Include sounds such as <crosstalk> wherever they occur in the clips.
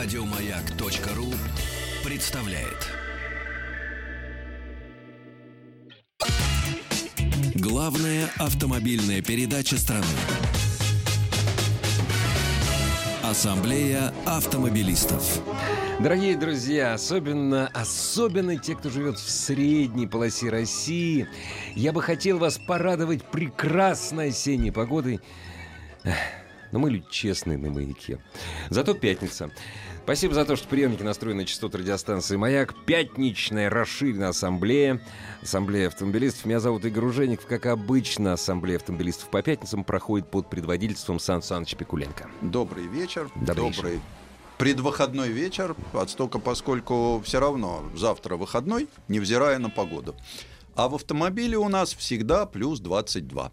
Радиомаяк.ру представляет. Главная автомобильная передача страны. Ассамблея автомобилистов. Дорогие друзья, особенно, особенно те, кто живет в средней полосе России, я бы хотел вас порадовать прекрасной осенней погодой. Эх, Но мы люди честные на маяке. Зато пятница. Спасибо за то, что приемники настроены на частоту радиостанции «Маяк». Пятничная расширенная ассамблея. Ассамблея автомобилистов. Меня зовут Игорь Ужеников. Как обычно, ассамблея автомобилистов по пятницам проходит под предводительством Сан Саныча Пикуленко. Добрый вечер. Добрый Предвыходной вечер, столько поскольку все равно завтра выходной, невзирая на погоду. А в автомобиле у нас всегда плюс 22.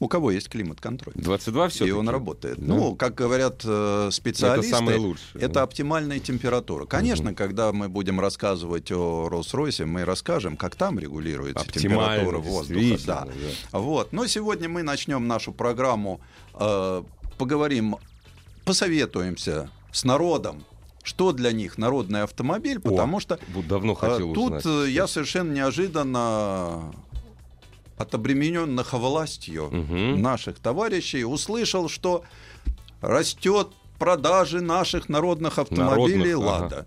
У кого есть климат-контроль? 22 все И он работает. Ну, как говорят э, специалисты, Это самое лучшее. это оптимальная температура. Конечно, когда мы будем рассказывать о Роллс-Ройсе, мы расскажем, как там регулируется Оптимально, температура воздуха. действительно, Да. Вот. Но сегодня мы начнем нашу программу, э, поговорим, посоветуемся с народом, что для них народный автомобиль, потому что Вот давно э, хотел тут узнать. э, я совершенно неожиданно от обремененных властью Мгм. наших товарищей услышал, что растет продажи наших народных автомобилей Народных, ага. «Лада».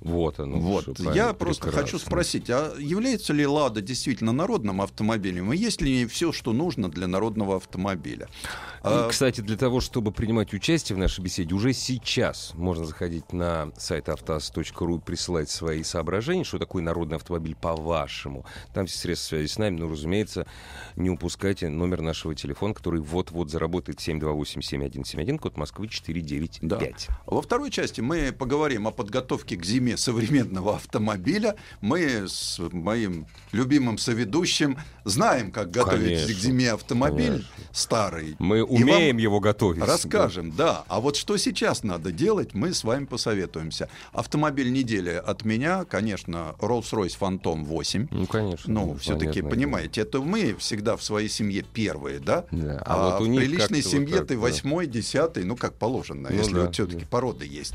Вот оно. Вот. всё Я правильно, просто прекрасно. хочу спросить, а является ли «Лада» действительно народным автомобилем, и есть ли все, что нужно для народного автомобиля? И, А, Ну, кстати, для того, чтобы принимать участие в нашей беседе, уже сейчас можно заходить на сайт автоаз.ру и присылать свои соображения, что такое народный автомобиль по-вашему. Там все средства связи с нами, но, разумеется, не упускайте номер нашего телефона, который вот-вот заработает 728-7171, код Москвы 495. Да. Во второй части мы поговорим о подготовке к зиме современного автомобиля. Мы с моим любимым соведущим знаем, как готовить Конечно, к зиме автомобиль конечно. старый. И Мы вам умеем его готовить. Расскажем, да. А вот что сейчас надо делать, мы с вами посоветуемся. Автомобиль недели от меня, конечно, Rolls-Royce Phantom 8. Ну, конечно. Ну, все-таки, понятное дело. понимаете, это мы всегда в своей семье первые, да? Да, а А, вот у в них приличной как-то вот семье так, ты да. восьмой, десятый, ну, как положено, Ну если да, вот все-таки да. порода есть.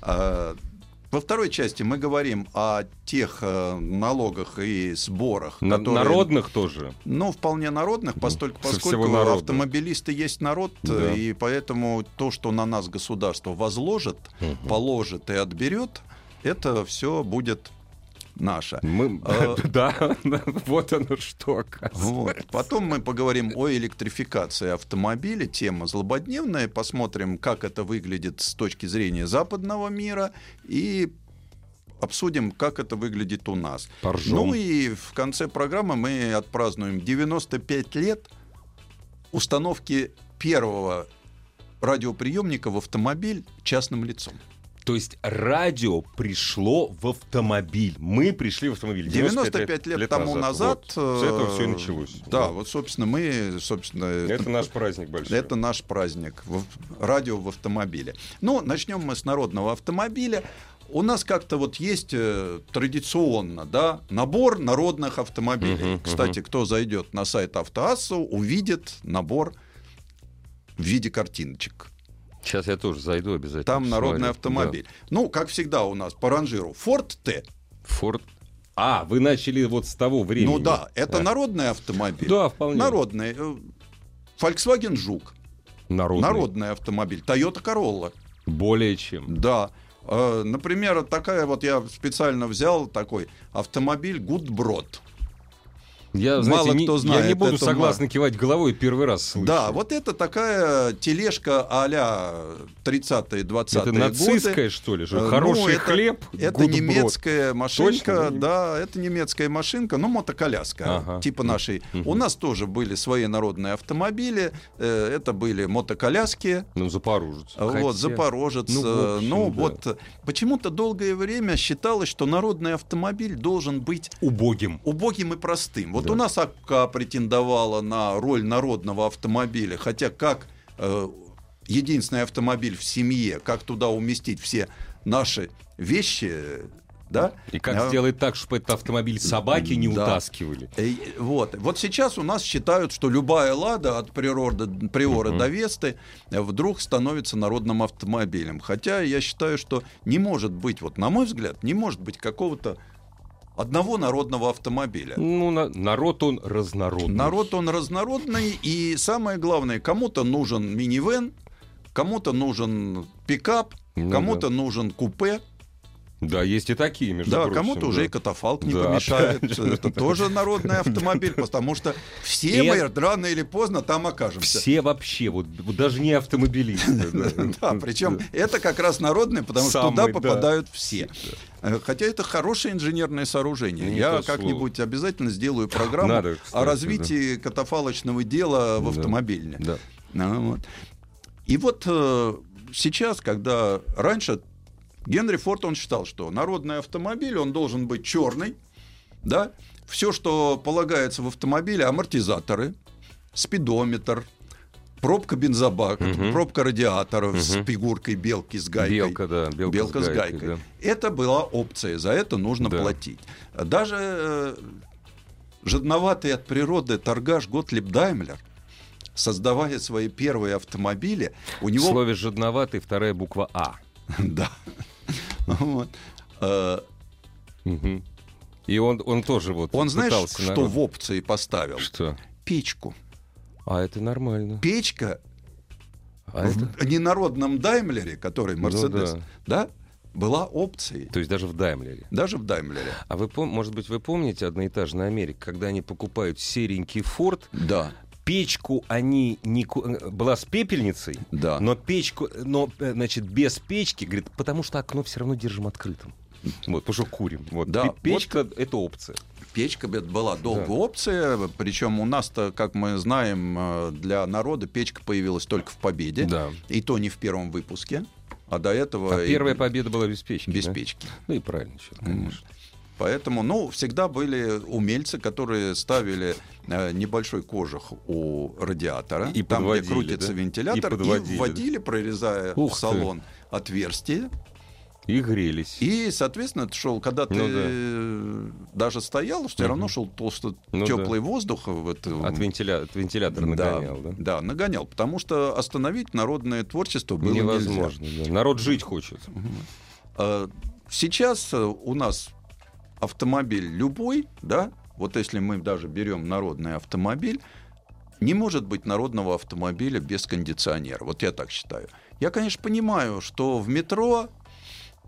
А, во второй части мы говорим о тех э, налогах и сборах, На- которые... Народных тоже. Ну, вполне народных, постольку- Со поскольку всего народа. автомобилисты есть народ, Да. э, и поэтому то, что на нас государство возложит, Мгм. положит и отберет, это все будет наше. Мы... э, А- <laughs> Да, вот оно что, оказывается. Вот. Потом мы поговорим о электрификации автомобиля. Тема злободневная. Посмотрим, как это выглядит с точки зрения западного мира. И обсудим, как это выглядит у нас. Поржем. Ну и в конце программы мы отпразднуем 95 лет установки первого радиоприемника в автомобиль частным лицом. То есть радио пришло в автомобиль. Мы пришли в автомобиль. 95 лет, тому назад. Вот. С этого все и э, началось. Да, вот, собственно, мы, собственно, Это наш праздник большой. Это наш праздник. В- Радио в автомобиле. Ну, начнем мы с народного автомобиля. У нас как-то вот есть э, традиционно, да, набор народных автомобилей. Мгм, Кстати, кто зайдет на сайт Автоассу, увидит набор в виде картиночек. Сейчас я тоже зайду обязательно. Там народный посмотрю. автомобиль. Ну, как всегда у нас по ранжиру Ford Т. Да. Форд. А, вы начали вот с того времени. Ну да, это Да. народный автомобиль. Да, вполне. Народный. Э, Volkswagen Жук. Народный. Народный автомобиль. Toyota Corolla. Более чем. Да. Э, Например, такая вот я специально взял такой автомобиль Гудброд. Я, Мало знаете, не, кто я не знает буду эту согласно кивать головой, первый раз слышу. Да, вот это такая тележка а-ля 30-е, 20-е Это годы. нацистское, что ли? Э, Что? ну, Хороший это- хлеб, Это Гудброд. немецкая машинка, Точно, да, не- да, это немецкая машинка, ну, мотоколяска, Ага. типа нашей. Мгм. У нас тоже были свои народные автомобили, э, это были мотоколяски, э, Ну, запорожец. Вот, Хотя- Запорожец. ну, Ну, в общем, да. вот э, почему-то долгое время считалось, что народный автомобиль должен быть Убогим. убогим и простым. Вот Да. у нас АК претендовала на роль народного автомобиля, хотя как э, единственный автомобиль в семье, как туда уместить все наши вещи, Да? И как А, сделать так, чтобы этот автомобиль собаки не Да. утаскивали? э, Вот. вот сейчас у нас считают, что любая «Лада» от природы, «Приора» до «Весты» э, вдруг становится народным автомобилем. Хотя я считаю, что не может быть, вот на мой взгляд, не может быть какого-то одного народного автомобиля. Ну, на- народ он разнородный. Народ он разнородный, и самое главное, кому-то нужен минивэн, кому-то нужен пикап, Ну кому-то нужен купе, Да, есть и такие, между да, прочим. кому-то уже да. и катафалк не Да, <laughs> помешает. Это тоже народный автомобиль, потому что все И мы это- рано или поздно там окажемся. Все вообще, вот, вот даже не <laughs> автомобилисты. Да, причем это как раз народный, потому что Самый, туда да. попадают все. Э, Хотя это хорошее инженерное сооружение. Не Я то слово. как-нибудь обязательно сделаю программу Надо, кстати, о развитии катафалочного дела в Да. автомобильне. Да. Ну, вот. И вот э, сейчас, когда раньше Генри Форд, он считал, что народный автомобиль, он должен быть черный, да, все, что полагается в автомобиле, амортизаторы, спидометр, пробка бензобака, Мгм. пробка радиаторов с Мгм. фигуркой белки с гайкой. Белка, да, белка, Белка с гайкой. да. Это была опция, за это нужно Да. платить. Даже э, жадноватый от природы торгаш Готлиб Даймлер, создавая свои первые автомобили, у В него... слове «жадноватый» вторая буква «А». <laughs> Да. Ну Вот. Э, Мгм. И он, он тоже вот Он, знаешь, пытался что народ- в опции поставил? Что? Печку. А это нормально. Печка А это... в ненародном Даймлере, который Ну Мерседес, да. была опцией. То есть даже в Даймлере. Даже в Даймлере. А вы, пом- может быть, вы помните «Одноэтажная Америка», когда они покупают серенький «Форд», Да, печку они не... ку- э, Была с пепельницей, да. но печку... Но, э, значит, без печки, говорит, потому что окно все равно держим открытым. Вот, потому что курим. Вот. Да, Пе- Печка — это опция. Печка бед, была долго опция, причем у нас-то, как мы знаем, э, для народа печка появилась только в «Победе», Да. и то не в первом выпуске, а до этого А и первая победа была без печки. без да? печки. Ну и правильно, чё, конечно. Поэтому, ну, всегда были умельцы, которые ставили э, небольшой кожух у радиатора, И там, где подводили, крутится да? И вентилятор, и, подводили, да? вводили, прорезая Ух в ты. салон отверстие. И грелись. И, соответственно, ты шел, когда ты Ну да. э, даже стоял, все равно шел толсто Ну да. теплый воздух в эту- От, вентиля... от вентилятора нагонял, да? да, нагонял, потому что остановить народное творчество было нельзя. Невозможно. да. Народ жить хочет. Э, Сейчас э, у нас автомобиль любой, да, вот если мы даже берем народный автомобиль, не может быть народного автомобиля без кондиционера. Вот я так считаю. Я, конечно, понимаю, что в метро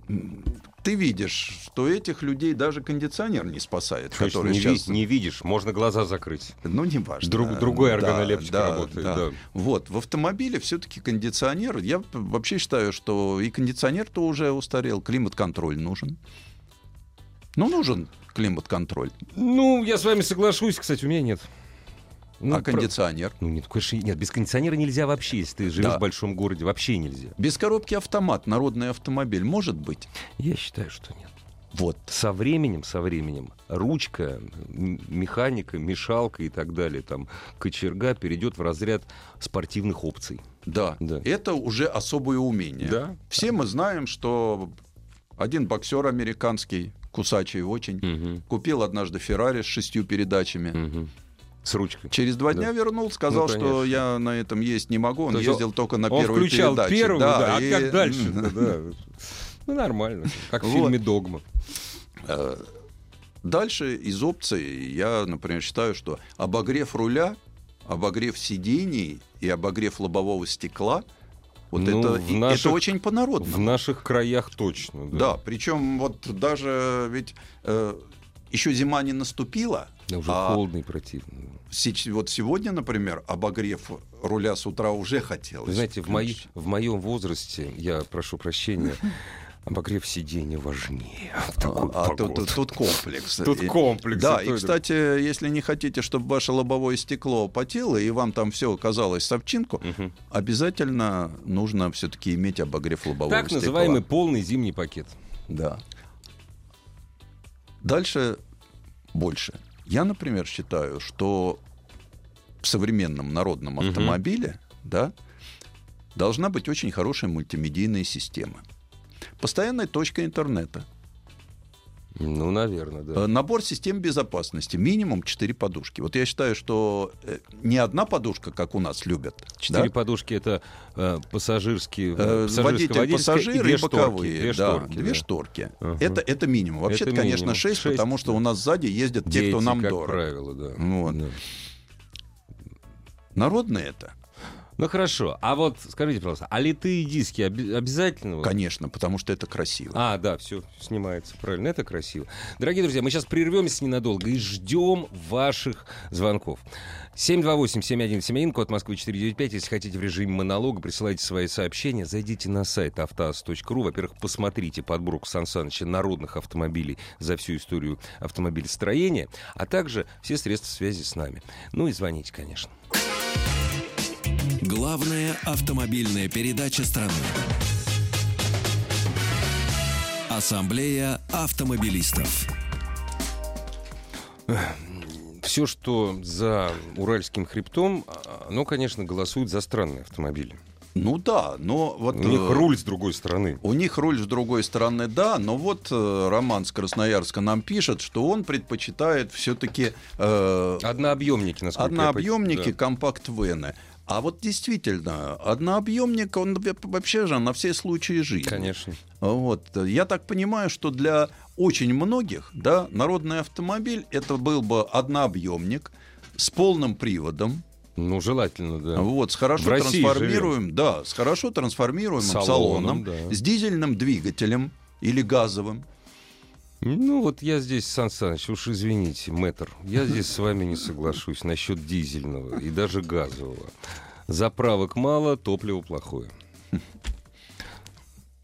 м, ты видишь, что этих людей даже кондиционер не спасает, Конечно, которые не, сейчас... ви- не видишь, можно глаза закрыть. Ну, не важно. Друг- другой органолептик работает, да. Вот, в автомобиле все-таки кондиционер. Я п- вообще считаю, что и кондиционер-то уже устарел, климат-контроль нужен. Ну, нужен климат-контроль. Ну, я с вами соглашусь, кстати, у меня нет. Ну, а про- кондиционер? Ну, нет, конечно, нет, без кондиционера нельзя вообще, если ты живешь Да. в большом городе, вообще нельзя. Без коробки автомат, народный автомобиль, может быть? Я считаю, что нет. Вот. Со временем, со временем, ручка, м- механика, мешалка и так далее, там, кочерга перейдет в разряд спортивных опций. Да. Да. Это уже особое умение. Да. Все мы знаем, что один боксер американский, кусачий очень, Мгм. купил однажды Феррари с шестью передачами. Мгм. С ручкой. Через два Да. дня вернул, сказал, Ну, что конечно. я на этом есть не могу. Он То есть ездил только на Он первой включал передаче. первую, да, и- а как дальше? <laughs> да. Ну, нормально. Как в Вот. фильме «Догма». Э, Дальше из опций я, например, считаю, что обогрев руля, обогрев сидений и обогрев лобового стекла, вот Ну, это, в и- это наших- очень В по-народному. наших краях точно, Да, причем вот даже ведь еще зима не наступила, Да уже а холодно и противно. сеч- вот сегодня, например, обогрев руля с утра уже хотелось. Вы знаете, в, мои, включить. в моем возрасте, я прошу <laughs> прощения, обогрев сиденья важнее. в такую А тут, погоду. тут- тут комплекс. Тут И- комплекс. Да, Это- и, кстати, если не хотите, чтобы ваше лобовое стекло потело, и вам там все оказалось совчинку, Мгм. обязательно нужно все-таки иметь обогрев лобового Так стекла. называемый полный зимний пакет. Да. Дальше больше. Я, например, считаю, что в современном народном Мгм. автомобиле, да, должна быть очень хорошая мультимедийная система. Постоянная точка интернета. Ну, наверное, да. Э, Набор систем безопасности. Минимум 4 подушки. Вот я считаю, что э, не одна подушка, как у нас любят. Четыре да? подушки это э, пассажирские, Э, пассажирская, Водитель, водительская пассажиры и, две боковые. шторки, две да, шторки, две да. шторки. Ага. Это, это минимум. Вообще-то, Это конечно, минимум. 6, Шесть, потому да. что у нас сзади ездят те, кто Дети, нам как дорог. правило, да. Вот. Да. Народно это? Ну хорошо. А вот скажите, пожалуйста, а литые диски оби- обязательно? вот? Конечно, потому что это красиво. А, да, все снимается правильно, это красиво. Дорогие друзья, мы сейчас прервемся ненадолго и ждем ваших звонков. 728-7171, код Москвы 495. Если хотите в режиме монолога, присылайте свои сообщения. Зайдите на сайт автоаз.ру. Во-первых, посмотрите подборку Сан Саныча народных автомобилей за всю историю автомобилестроения, а также все средства связи с нами. Ну и звоните, конечно. Главная автомобильная передача страны. Ассамблея автомобилистов. Все, что за Уральским хребтом, а, оно, конечно, голосует за странные автомобили. Ну да, но вот... У них э, руль с другой стороны. У них руль с другой стороны, да, но вот э, Роман с Красноярска нам пишет, что он предпочитает э, все-таки Однообъемники, насколько однообъемники, я понимаю. компакт-вены. А вот действительно, однообъемник, он ве- вообще же на все случаи жизни. Да, конечно. Вот. Я так понимаю, что для очень многих да, народный автомобиль это был бы однообъемник с полным приводом, Ну, желательно, да. вот, с хорошо В России трансформируем, да, с хорошо трансформируемым салоном, Салоном, да. с дизельным двигателем или газовым. Ну, вот я здесь, Сан Саныч, уж извините, мэтр, я здесь с вами не соглашусь насчет дизельного и даже газового. Заправок мало, топливо плохое.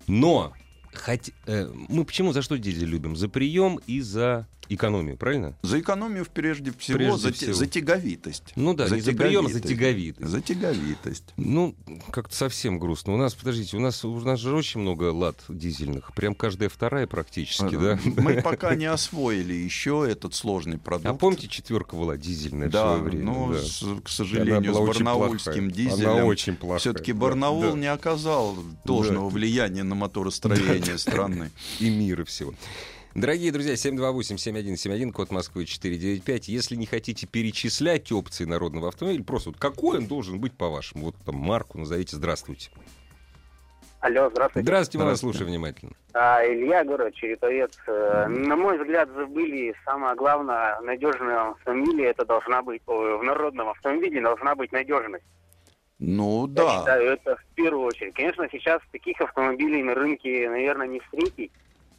Но хоть, э, мы почему за что дизель любим? За прием и за экономию, правильно? За экономию прежде всего, Прежде за, те- всего. за тяговитость. Ну да, не за прием, а за тяговитость. За тяговитость. Ну, как-то совсем грустно. У нас, подождите, у нас, у нас же очень много лад дизельных. Прям каждая вторая практически, да? Э, <laughs> Мы пока не освоили еще этот сложный продукт. А помните, четверка была дизельная в Да, свое время? но, Да. с- к Она сожалению, с была очень барнаульским плохая. дизелем Она очень плохая. все-таки Да, Барнаул да. не оказал должного влияния на моторостроение страны. И мира всего. Дорогие друзья, 728-7171, код Москвы 495. Если не хотите перечислять опции народного автомобиля, просто вот какой он должен быть по-вашему? Вот там марку назовите. Здравствуйте. Алло, здравствуйте. Здравствуйте, мы вас слушаем внимательно. А, Илья, город Череповец. Э, На мой взгляд, забыли самое главное, надежная автомобиле это должна быть, э, в народном автомобиле должна быть надежность. Ну Я да, считаю, это в первую очередь. Конечно, сейчас таких автомобилей на рынке, наверное, не встретить.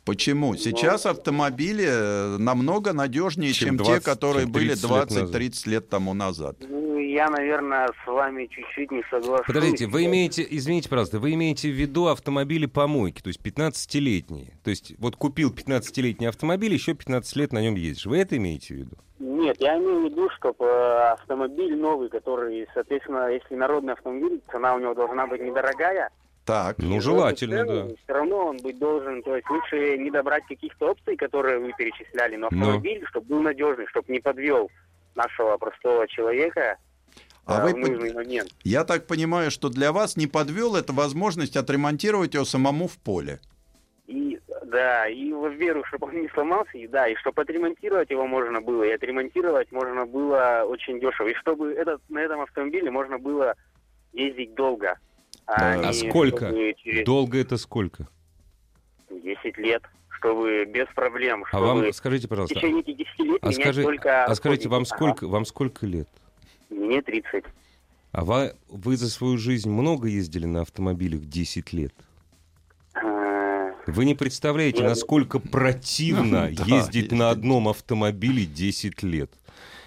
почему? Сейчас автомобили э, намного надежнее, Чем чем, 20, те, которые чем были 30 лет назад. 20-30 лет тому назад. Ну, я, наверное, с вами чуть-чуть не соглашусь. Подождите, вы имеете, извините, пожалуйста, вы имеете в виду автомобили-помойки, то есть 15-летние. То есть вот купил 15-летний автомобиль, еще 15 лет на нем едешь. Вы это имеете в виду? Нет, я имею в виду, чтобы э, автомобиль новый, который, соответственно, если народный автомобиль, цена у него должна быть недорогая, Так. Ну, желательно, да. Все равно он быть должен. То есть лучше не добрать каких-то опций, которые вы перечисляли, но Ну. автомобиль, чтобы был надежный, чтобы не подвел нашего простого человека А э, вы в пон- нужный момент. Я так понимаю, что для вас не подвел эта возможность отремонтировать его самому в поле. И да, и в веру, <laughs> чтобы он не сломался, и да, и чтобы отремонтировать его можно было, и отремонтировать можно было очень дешево, и чтобы этот на этом автомобиле можно было ездить долго. А не сколько? чтобы через Долго это сколько? 10 лет, чтобы без проблем, А чтобы вам скажите, в пожалуйста, течение этих 10 лет а, менять скажи- только... а скажите, вам Ага. сколько, вам сколько лет? Мне 30. А ва- вы за свою жизнь много ездили на автомобилях 10 лет? Э, Вы не представляете, Я- насколько <laughs> противно Да, ездить на ездить. одном автомобиле 10 лет.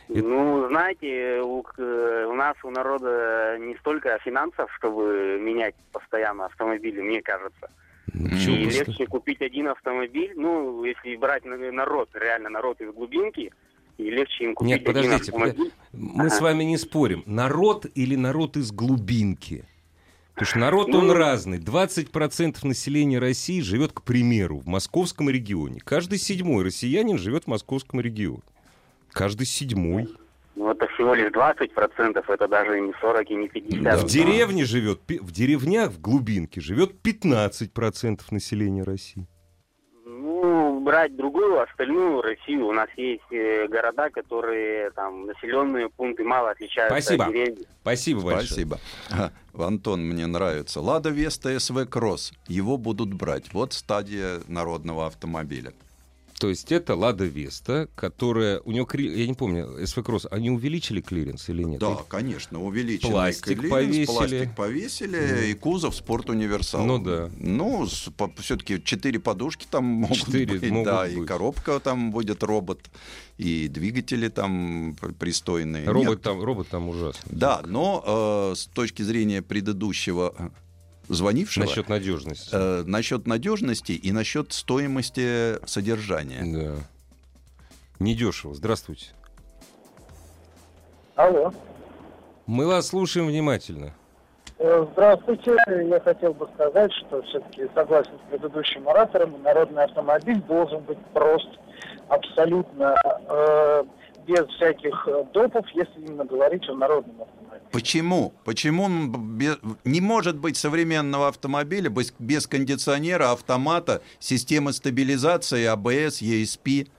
Это- Ну, знаете, у, к- э, у нас у народа не столько финансов, чтобы менять постоянно автомобили, мне кажется. Ну, Чего и почему просто- легче купить один автомобиль, ну, если брать на- народ, реально народ из глубинки, и легче им купить Нет, подождите, один автомобиль. Мы с вами не спорим, народ или народ из глубинки. Потому что народ, Ну- он разный. 20% населения России живет, к примеру, в московском регионе. Каждый седьмой россиянин живет в московском регионе. Каждый седьмой. Ну, это всего лишь 20%, это даже не 40 и не 50. В деревне живет, пи- в деревнях, в глубинке живет 15% населения России. Ну, брать другую, остальную Россию, у нас есть э, города, которые там населенные пункты мало отличаются Спасибо. от деревень. Спасибо большое. Спасибо. А, Антон, мне нравится. Лада Веста СВ Кросс. Его будут брать. Вот стадия народного автомобиля. То есть это Лада Веста, которая... У нее, кли- я не помню, СВ Кросс, они увеличили клиренс или нет? Да, конечно, увеличенный Пластик клиренс, повесили. пластик повесили и кузов спорт универсал. Ну да. Ну, все-таки четыре подушки там могут Четыре быть, могут да, и быть. коробка там будет робот, и двигатели там п- пристойные. Робот Нет, там, робот там ужасный. Да, но э, с точки зрения предыдущего э, звонившего Насчет надежности. э, насчет надежности и насчет стоимости содержания. Да. Недешево. Здравствуйте. Алло. Мы вас слушаем внимательно. Э, Здравствуйте. Я хотел бы сказать, что все-таки согласен с предыдущим оратором, народный автомобиль должен быть прост, абсолютно э, без всяких э, допов, если именно говорить о народном автомобиле. Почему? Почему он бе- не может быть современного автомобиля без, без кондиционера, автомата, системы стабилизации, А АБС, ESP? А,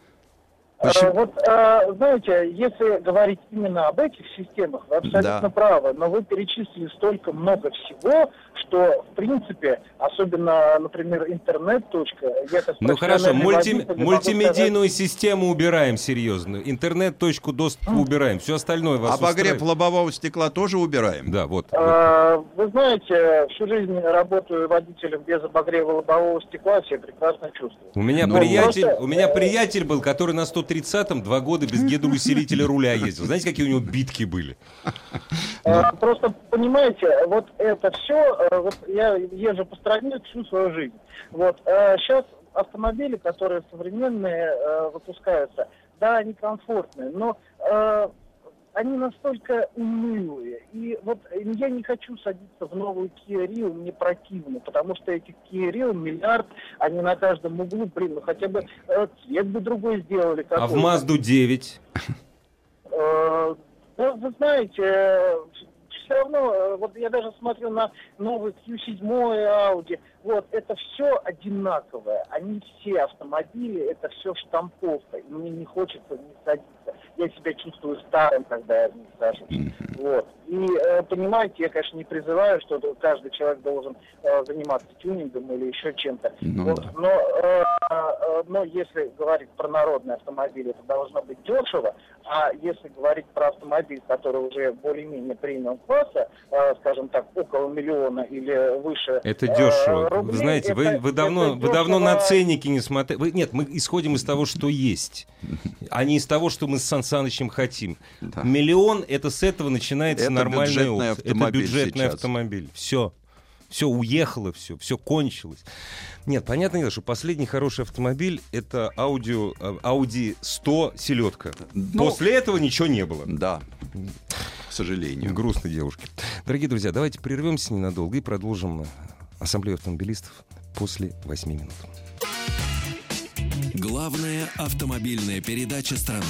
Э, Почему? Вот, э, знаете, если говорить именно об этих системах, вы абсолютно Да. правы, но вы перечислили столько много всего, что, в принципе, особенно, например, интернет. точка, я как Ну хорошо, профессиональный мульти- водитель могу сказать- мультимедийную систему убираем серьезно. Интернет, точку доступа убираем. Все остальное вас Обогрев устраивает? лобового стекла тоже убираем? Да, вот. вот. А, Вы знаете, всю жизнь работаю водителем без обогрева лобового стекла, все прекрасно чувствую. У меня, Ну, приятель, просто, у меня э, приятель был, который на 130-м два года без гидроусилителя руля ездил. Знаете, какие у него битки были? А, Просто понимаете, вот это все, вот я езжу по стране всю свою жизнь. Вот сейчас автомобили, которые современные э, выпускаются, да, они комфортные, но э, они настолько унылые. И вот я не хочу садиться в новую Kia Rio, мне противно, потому что этих Kia Rio миллиард, они на каждом углу, блин, ну хотя бы э, цвет бы другой сделали. А в какой-то. Мазду 9? Э, Ну, вы знаете, все равно, э, вот я даже смотрю на новый Q7 Audi, вот, это все одинаковое, они все автомобили, это все штамповка, и мне не хочется в них садиться. Я себя чувствую старым, когда я в них сажусь. Вот. И, э, понимаете, я, конечно, не призываю, что каждый человек должен э, заниматься тюнингом или еще чем-то. Ну Вот, да. но, э, э, но если говорить про народный автомобиль, это должно быть дешево, а если говорить про автомобиль, который уже более-менее премиум класса, э, скажем так, около миллиона или выше. Это э, дешево. Вы рублей, знаете, вы, это- вы давно, это вы давно на дешево. ценники не смотрели. Вы- Нет, мы исходим из того, что есть, а не из того, что мы с Сан Санычем хотим. Да. Миллион это с этого начинается Это нормальный бюджетный опция. Это автомобиль бюджетный сейчас. автомобиль. Все. Все уехало, все, все кончилось. Нет, понятное дело, что последний хороший автомобиль это аудио, э, Audi 100 селедка. Ну, После этого ничего не было. Да, к сожалению. Грустно, девушки. Дорогие друзья, давайте прервемся ненадолго и продолжим э, ассамблею автомобилистов после 8 минут. Главная автомобильная передача страны.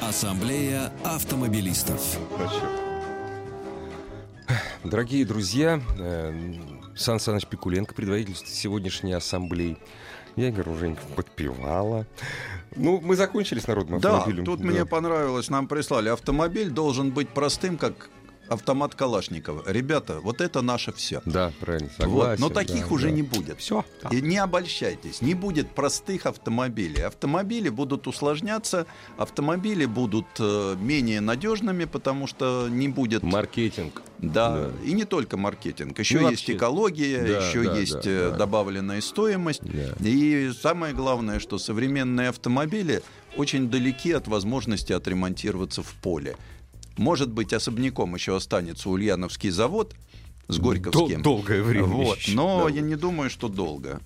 Ассамблея автомобилистов. Дорогие друзья, э, Сан Саныч Пикуленко, предводитель сегодняшней ассамблеи. Я Игорь Руженьков подпевала. Ну, мы закончили с народным Да, автомобилем. тут Да. мне понравилось, нам прислали. Автомобиль должен быть простым, как автомат Калашникова. Ребята, вот это наше все. Да, правильно, Вот, согласен. но таких уже не будет. Все. И не обольщайтесь, не будет простых автомобилей. Автомобили будут усложняться, автомобили будут э, менее надежными, потому что не будет... Маркетинг. да, да. и не только маркетинг. Еще Ну, есть вообще. экология, Да, еще да, есть да, э, да. добавленная стоимость. Да. И самое главное, что современные автомобили очень далеки от возможности отремонтироваться в поле. Может быть, особняком еще останется Ульяновский завод с Горьковским. Дол- долгое время Вот, еще. но Да. я не думаю, что долго.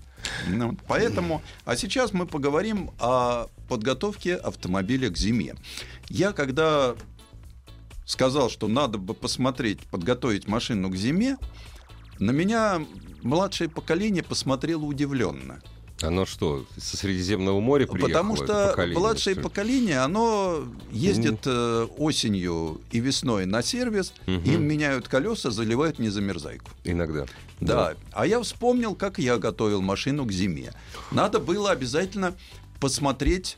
Ну, поэтому, а сейчас мы поговорим о подготовке автомобиля к зиме. Я когда сказал, что надо бы посмотреть, подготовить машину к зиме, на меня младшее поколение посмотрело удивленно. Оно что, со Средиземного моря приехало? Потому это что поколение, младшее что ли? поколение, оно ездит э, осенью и весной на сервис, Мгм. им меняют колеса, заливают незамерзайку. Иногда. Да. А я вспомнил, как я готовил машину к зиме. Надо было обязательно посмотреть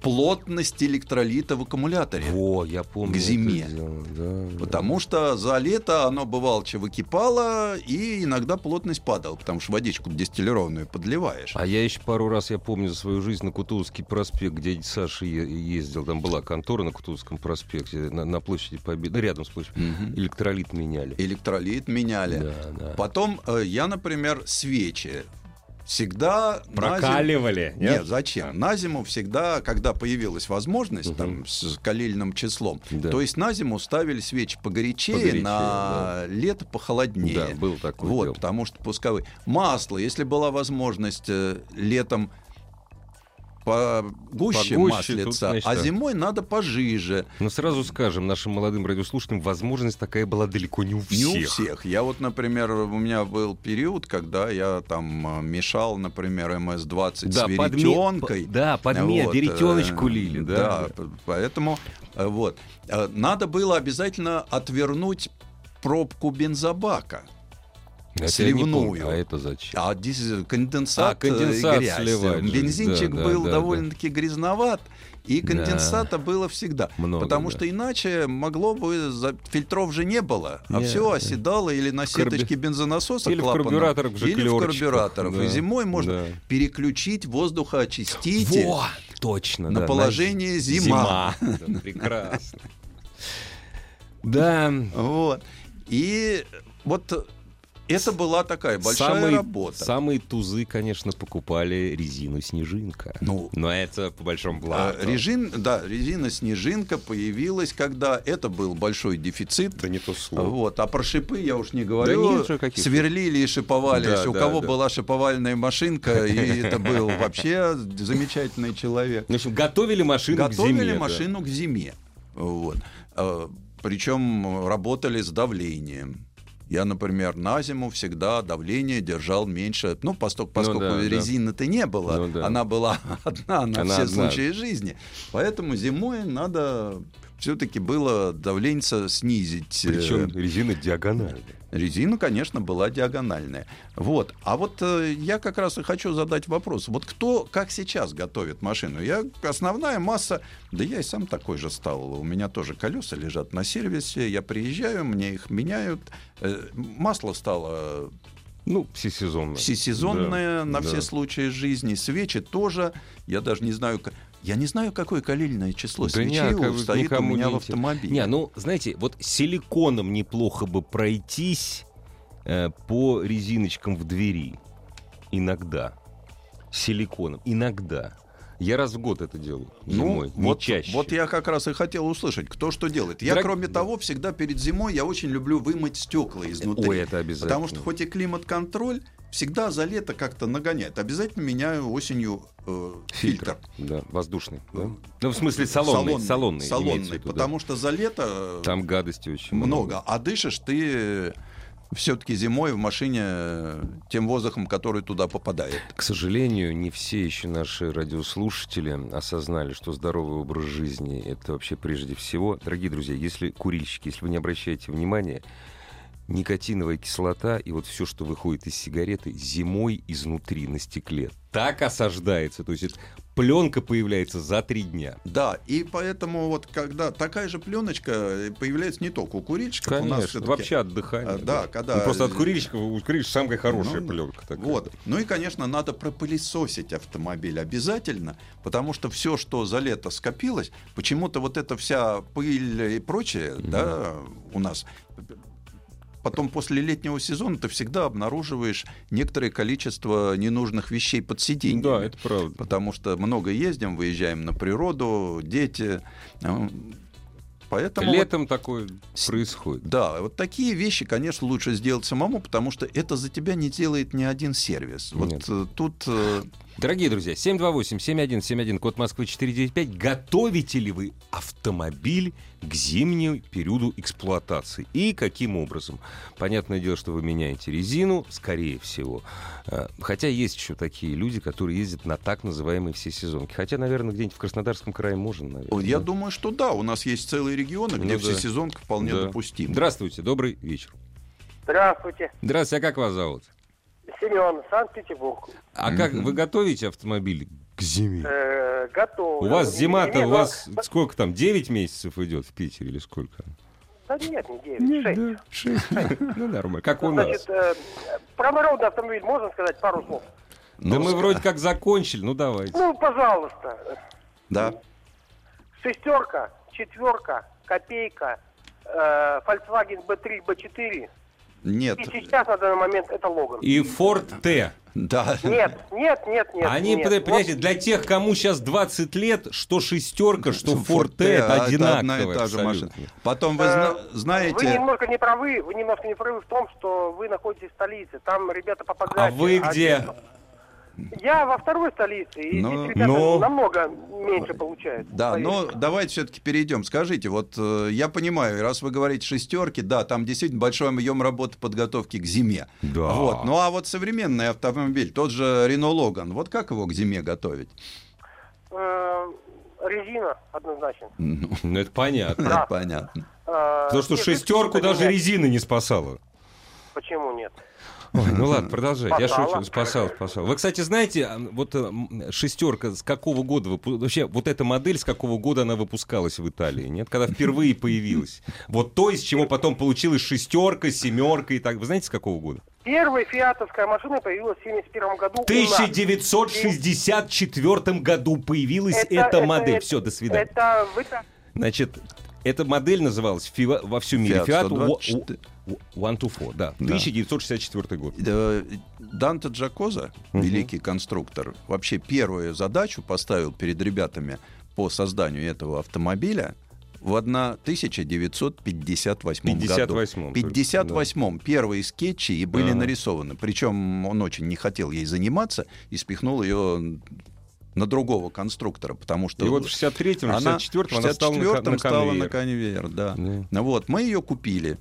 плотность электролита в аккумуляторе. О, я помню. К зиме. это дело, да, да. Потому что за лето оно бывало че выкипало, и иногда плотность падала, потому что водичку дистиллированную подливаешь. А я еще пару раз, я помню, за свою жизнь на Кутузовский проспект, где дядя Саша е- ездил, там была контора на Кутузовском проспекте, на, на площади Победы, ну, рядом с площадью, Мгм. электролит меняли. Электролит меняли. Да, да. Потом э, я, например, свечи всегда на зиму- Прокаливали. А. Нет, зачем? На зиму всегда, когда появилась возможность, Мгм. там, с калильным числом, Да. то есть на зиму ставили свечи погорячее, Погорячее, на лето похолоднее. Да, был такой. Вот, потому что пусковые. Масло, если была возможность э, летом Погуще, погуще, тут, маслица, значит, а да. зимой надо пожиже. Но сразу скажем нашим молодым радиослушателям, возможность такая была далеко не у Не всех. у всех. Я вот, например, у меня был период, когда я там э, мешал, например, МС-20 с Да, подме- веретенкой. по- да, подме- Вот, э, веретеночку лили, да. Да, п- поэтому э, вот. Э, Надо было обязательно отвернуть пробку бензобака. Это я не Сливную. помню, А это зачем? А дизель- конденсат, А, конденсат э, и грязь. сливать же, Бензинчик да, да, был да, довольно-таки грязноват, и Да. конденсата было всегда. Много, потому да. что иначе могло бы... за- Фильтров же не было, а Нет, все да. осідало или на э, карби- сеточке бензонасоса Или в клапанов, карбюраторах же Или в клёрочках, карбюраторах. да, И зимой можно да. переключить воздухоочиститель. Во! Точно, На да, положение зима. <laughs> Зима. Да, Прекрасно. Да, Вот. И вот это была такая большая самые, работа. Самые тузы, конечно, покупали резину снежинка. Ну. но это по большому А, плану. Режин, да, резина снежинка появилась, когда это был большой дефицит. Да не то слово. Вот, а про шипы я уж не говорю. нет же каких. Сверлили и шиповались. Да, У да, кого да. была шиповальная машинка, и это был вообще замечательный человек. В общем, Ну, готовили машину к Готовили зиме. да. машину к зиме. Вот. Э, Причем работали с давлением. Я, например, на зиму всегда давление держал меньше, ну, постольку- поскольку, да, да. резины-то не было, Ну да. она была <laughs> одна на Она все одна. случаи жизни. Поэтому зимой надо все-таки было давление снизить. Причем Э, резина диагональная. Резина, конечно, была диагональная. Вот. А вот э, я как раз и хочу задать вопрос. Вот кто, как сейчас готовит машину? Я, основная масса, да я и сам такой же стал. У меня тоже колеса лежат на сервисе, я приезжаю, мне их меняют. Э, масло стало Ну, всесезонная. всесезонное Да, на да. все случаи жизни, свечи тоже. Я даже не знаю, к- я не знаю, какое калильное число Да не, свечей а как у- бы стоит у никому меня не в интересно. автомобиле. Не, ну, знаете, вот силиконом неплохо бы пройтись э, по резиночкам в двери. Иногда. Силиконом. Иногда. Я раз в год это делаю. Зимой. не Ну, вот, чаще. вот я как раз и хотел услышать, кто что делает. Я, Драг- кроме да. того, всегда перед зимой я очень люблю вымыть стекла изнутри. Ой, это обязательно. Потому что хоть и климат-контроль всегда за лето как-то нагоняет. Обязательно меняю осенью э, фильтр. Да, воздушный. да? Э, Ну, в смысле, салонный. Салонный. Салонный, имеется в виду, да. потому что за лето э, Там гадости очень много. много. А дышишь ты все-таки зимой в машине э, тем воздухом, который туда попадает. К сожалению, не все еще наши радиослушатели осознали, что здоровый образ жизни — это вообще прежде всего... Дорогие друзья, если курильщики, если вы не обращаете внимания, никотиновая кислота и вот все, что выходит из сигареты, зимой изнутри на стекле так осаждается. То есть это пленка появляется за три дня. Да, и поэтому вот когда такая же пленочка появляется не только у курильщиков, у нас Конечно, всё-таки- вообще от дыхания. А, да, когда- Ну, просто от курильщиков, у курильщиков самая хорошая Ну, пленка такая. Вот. Ну и, конечно, надо пропылесосить автомобиль обязательно, потому что все, что за лето скопилось, почему-то вот эта вся пыль и прочее, да, у нас потом после летнего сезона ты всегда обнаруживаешь некоторое количество ненужных вещей под сиденьем. Да, это правда. Потому что много ездим, выезжаем на природу, дети. э, Поэтому вот- Летом такое происходит. да, вот такие вещи, конечно, лучше сделать самому, потому что это за тебя не делает ни один сервис. Вот Нет. э, тут э, Дорогие друзья, 728-7171, код Москвы 495. Готовите ли вы автомобиль к зимнему периоду эксплуатации? И каким образом? Понятное дело, что вы меняете резину, скорее всего. Э, Хотя есть еще такие люди, которые ездят на так называемые все сезонки. Хотя, наверное, где-нибудь в Краснодарском крае можно, наверное. Я Э, да? думаю, что да, у нас есть целые регионы, где Ну да. всесезонка вполне Да. допустима. Здравствуйте, добрый вечер. Здравствуйте, Здравствуйте, а как вас зовут? Семен, Санкт-Петербург. А как вы готовите автомобиль к зиме? Э, готов. У вас зима-то, Не, у ну, вас сколько там, 9 месяцев идет в Питере или сколько? Да нет, не 9, 6. Шесть. Ну, нормально. Как у нас. Значит, э, про народный автомобиль можно сказать пару слов? Да Ну, мы ска- вроде как закончили, ну давайте. Ну, пожалуйста. Да. Шестерка, четверка, копейка, э, Volkswagen B3, B4. Нет. И сейчас на данный момент это Логан. И Ford Т. Да. Нет, нет, нет, нет. Они, нет. понимаете, для тех, кому сейчас 20 лет, что шестерка, что Ford Т, это а, это одна и одинаково. та же абсолютно. машина. Потом вы Э, зна- Вы знаете, немножко не правы, вы немножко не правы в том, что вы находитесь в столице, там ребята А попадают. вы где? Я во второй столице, и Ну, здесь ребята ну. намного меньше получают. Да, но Поверьте. давайте все-таки перейдем. Скажите, вот э, я понимаю, раз вы говорите шестерки, да, там действительно большой объем работы подготовки к зиме. Да. Вот. Ну а вот современный автомобиль, тот же Рено Логан, вот как его к зиме готовить? <laughs> Э, Резина однозначно. Ну, Ну, это понятно. Да. это понятно. Э, Потому что нет, шестерку это даже нет. резины не спасала. Почему нет? Ой, ну ладно, продолжайте. Я Спасала. шучу. Спасал, спасал. Вы, кстати, знаете, а, вот э, м, шестерка, с какого года выпу- вообще вот эта модель, с какого года она выпускалась в Италии, нет? Когда впервые появилась. Вот то, из чего потом получилась шестерка, семерка и так. Вы знаете, с какого года? Ну Первая фиатовская машина появилась в 71 году. В у нас. 1964 году появилась эта это- модель. это- Все, до свидания. Это в Италии. Значит, эта модель называлась Фива- во всем мире Fiat Fiat 124. 124, да, Да. 1964 год. Э, Данте Джакоза, великий конструктор, вообще первую задачу поставил перед ребятами по созданию этого автомобиля в 1958 Ну, году. 58-м, В 58 первые скетчи и были Ага. нарисованы. Причем он очень не хотел ей заниматься и спихнул ее на другого конструктора, потому что И вот в 63-м, она 64-м она стала на, ко- 64-м на стала конвейер. на конвейер, да. Да. Ну вот, мы ее купили.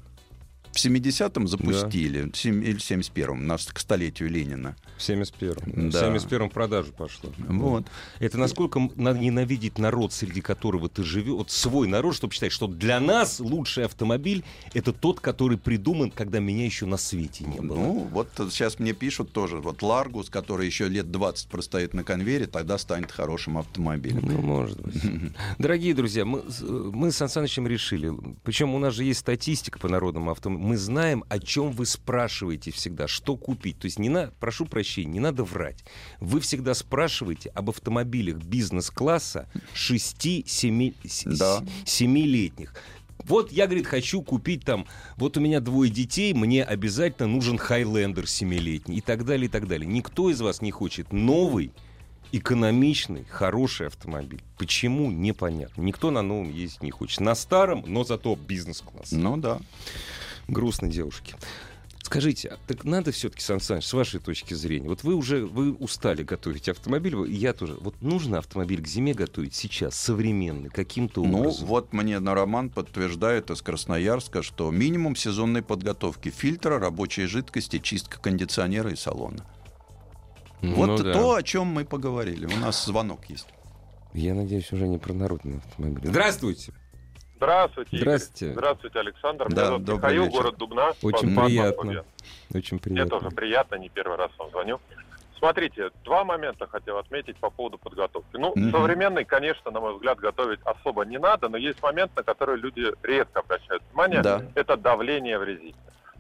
В 70-м запустили, сем- или 71-м, нас к столетию Ленина. В 71-м. Да. В 71-м в продажу пошло. Вот. Это насколько м- надо ненавидеть народ, среди которого ты живешь, вот свой народ, чтобы считать, что для нас лучший автомобиль — это тот, который придуман, когда меня еще на свете не было. Ну, вот сейчас мне пишут тоже, вот Ларгус, который еще лет 20 простоит на конвейере, тогда станет хорошим автомобилем. Ну, может быть. <laughs> Дорогие друзья, мы, с- мы с Сан Санычем решили. Причем у нас же есть статистика по народному автомобилю. Мы знаем, о чем вы спрашиваете всегда, что купить. То есть, не на, прошу прощения, не надо врать. Вы всегда спрашиваете об автомобилях бизнес-класса 6-7-летних. Да. Вот я, говорит, хочу купить там, вот у меня двое детей, мне обязательно нужен Хайлендер семилетний и так далее, и так далее. Никто из вас не хочет новый, экономичный, хороший автомобиль. Почему, непонятно. Никто на новом ездить не хочет. На старом, но зато бизнес-класс. Ну да. Грустно, девушки. Скажите, а так надо все-таки, Сан Саныч, с вашей точки зрения, вот вы уже вы устали готовить автомобиль, вы- и я тоже. Вот нужно автомобиль к зиме готовить сейчас, современный, каким-то Ну, образом? вот мне на Роман подтверждает из Красноярска, что минимум сезонной подготовки фильтра, рабочей жидкости, чистка кондиционера и салона. Вот Ну да. то, о чем мы поговорили. У нас звонок есть. Я надеюсь, уже не про народный автомобиль. Здравствуйте! Здравствуйте. Игорь. Здравствуйте. Здравствуйте, Александр. Да, Меня зовут добрый Михаил, вечер. город Дубна. Очень Москва, приятно. Московия. Очень Мне приятно. тоже приятно, не первый раз вам звоню. Смотрите, два момента хотел отметить по поводу подготовки. Ну, Мгм. современный, конечно, на мой взгляд, готовить особо не надо, но есть момент, на который люди редко обращают внимание. Да. Это давление в резине.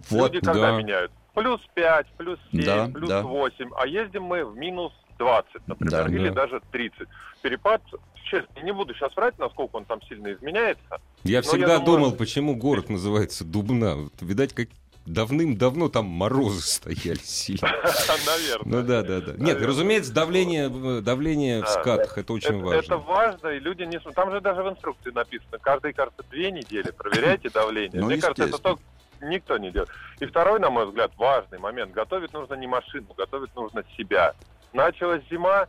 Вот, люди когда да. меняют? Плюс 5, плюс 7, Да, плюс да. 8, а ездим мы в минус 20, например, Да. или Да. даже 30. Перепад, честно, не буду сейчас врать, насколько он там сильно изменяется, Я Но всегда Ну, я думаю- думал, почему город называется Дубна. Вот, видать, как давным-давно там морозы стояли сильно. <laughs> наверное. Ну да, да, да. Нет, Наверное. разумеется, давление, в- давление в Да. скатах это Это, очень это важно. важно, и люди не см- Там же даже в инструкции написано, каждые, кажется, две недели проверяйте давление. Ну, Мне кажется, это естественно. только никто не делает. И второй, на мой взгляд, важный момент. Готовить нужно не машину, готовить нужно себя. Началась зима,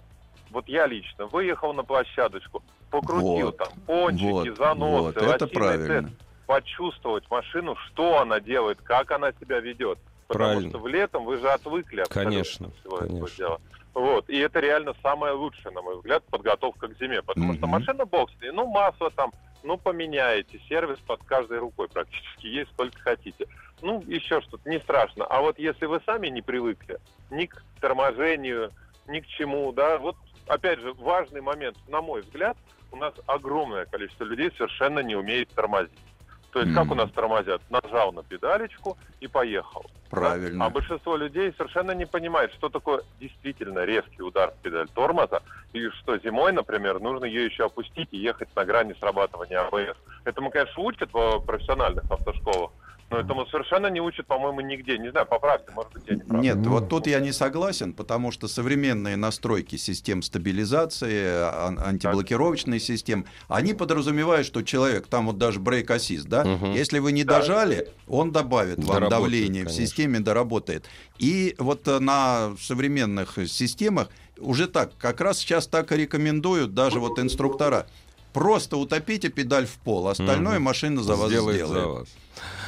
вот я лично выехал на площадочку, покрутил Вот, там пончики, вот, заносы, вот, это лосиный правильно. цвет. почувствовать машину, что она делает, как она себя ведет. Потому Правильно. что в летом вы же отвыкли абсолютно Конечно, от всего этого конечно. дела. Вот, и это реально самое лучшее, на мой взгляд, подготовка к зиме. Потому что Мгм. машина бокс, и, ну, масло там, ну, поменяете, сервис под каждой рукой практически есть, сколько хотите. Ну, еще что-то, не страшно. А вот если вы сами не привыкли ни к торможению, ни к чему, да, вот, опять же, важный момент, на мой взгляд, у нас огромное количество людей совершенно не умеет тормозить. То есть как Мгм. у нас тормозят? Нажал на педалечку и поехал. Правильно. А большинство людей совершенно не понимает, что такое действительно резкий удар в педаль тормоза, и что зимой, например, нужно ее еще опустить и ехать на грани срабатывания АБС. Этому, конечно, учат в э, профессиональных автошколах, но этому совершенно не учат, по-моему, нигде. Не знаю, поправьте, может быть, я не прав. Нет, Ну. вот тут я не согласен, потому что современные настройки систем стабилизации, а, ан- антиблокировочные систем, они подразумевают, что человек, там вот даже брейк-ассист, да, Мгм. если вы не дожали, он добавит вам Доработает, давление в конечно. системе, доработает. И вот э, на современных э, системах уже так, как раз сейчас так и рекомендуют даже вот инструктора. Просто утопите педаль в пол, остальное Мгм. машина за вас Сделает Ну, сделает. за вас.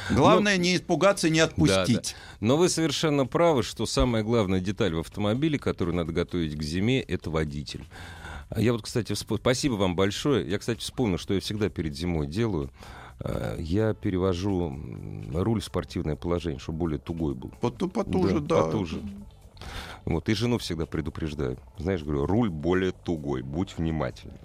Главное не испугаться, не отпустить. Но вы совершенно правы, что самая главная деталь в автомобиле, которую надо готовить к зиме, это водитель. А Я вот, кстати, вспо- спасибо вам большое. Я, кстати, вспомнил, что я всегда перед зимой делаю. А, Я перевожу м, руль в спортивное положение, чтобы более тугой был. Поту- Потуже, да. Потуже. Вот, и жену всегда предупреждаю. Знаешь, говорю, руль более тугой, будь внимательнее.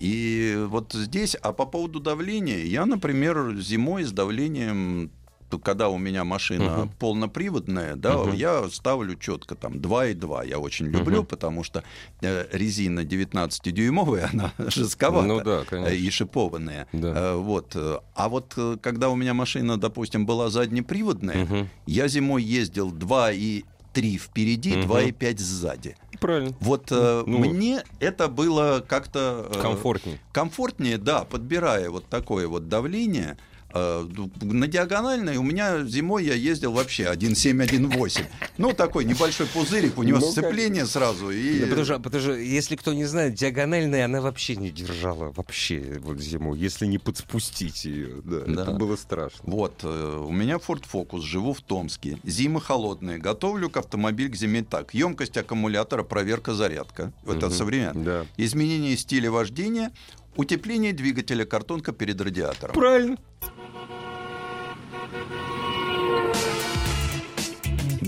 И вот здесь, а по поводу давления, я, например, зимой с давлением, то когда у меня машина Мгм. полноприводная, да, Мгм. я ставлю четко там 2,2. Я очень люблю, Мгм. потому что э, резина 19-дюймовая, <laughs> она жестковата. Ну да, э, конечно. И шипованная. Да. Э, Вот. э, А вот э, когда у меня машина, допустим, была заднеприводная, Мгм. я зимой ездил 2,3 впереди, Мгм. 2,5 сзади. Правильно. Вот э, Ну. мне это было как-то... э, Комфортнее. комфортнее, да, подбирая вот такое вот давление. Э, ну, На диагональной у меня зимой я ездил вообще 1,7-1,8. Ну, такой небольшой пузырик, у него Ну, как- сцепление сразу. И... Да, потому, что, потому что, если кто не знает, диагональная она вообще не держала вообще вот зиму, если не подспустить ее. Да, Да. Это было страшно. Вот, э, у меня Ford Focus, живу в Томске. Зимы холодные, готовлю к автомобиль к зиме так. Емкость аккумулятора, проверка, зарядка. Это Мгм. современно. Да. Изменение стиля вождения, утепление двигателя, картонка перед радиатором. Правильно.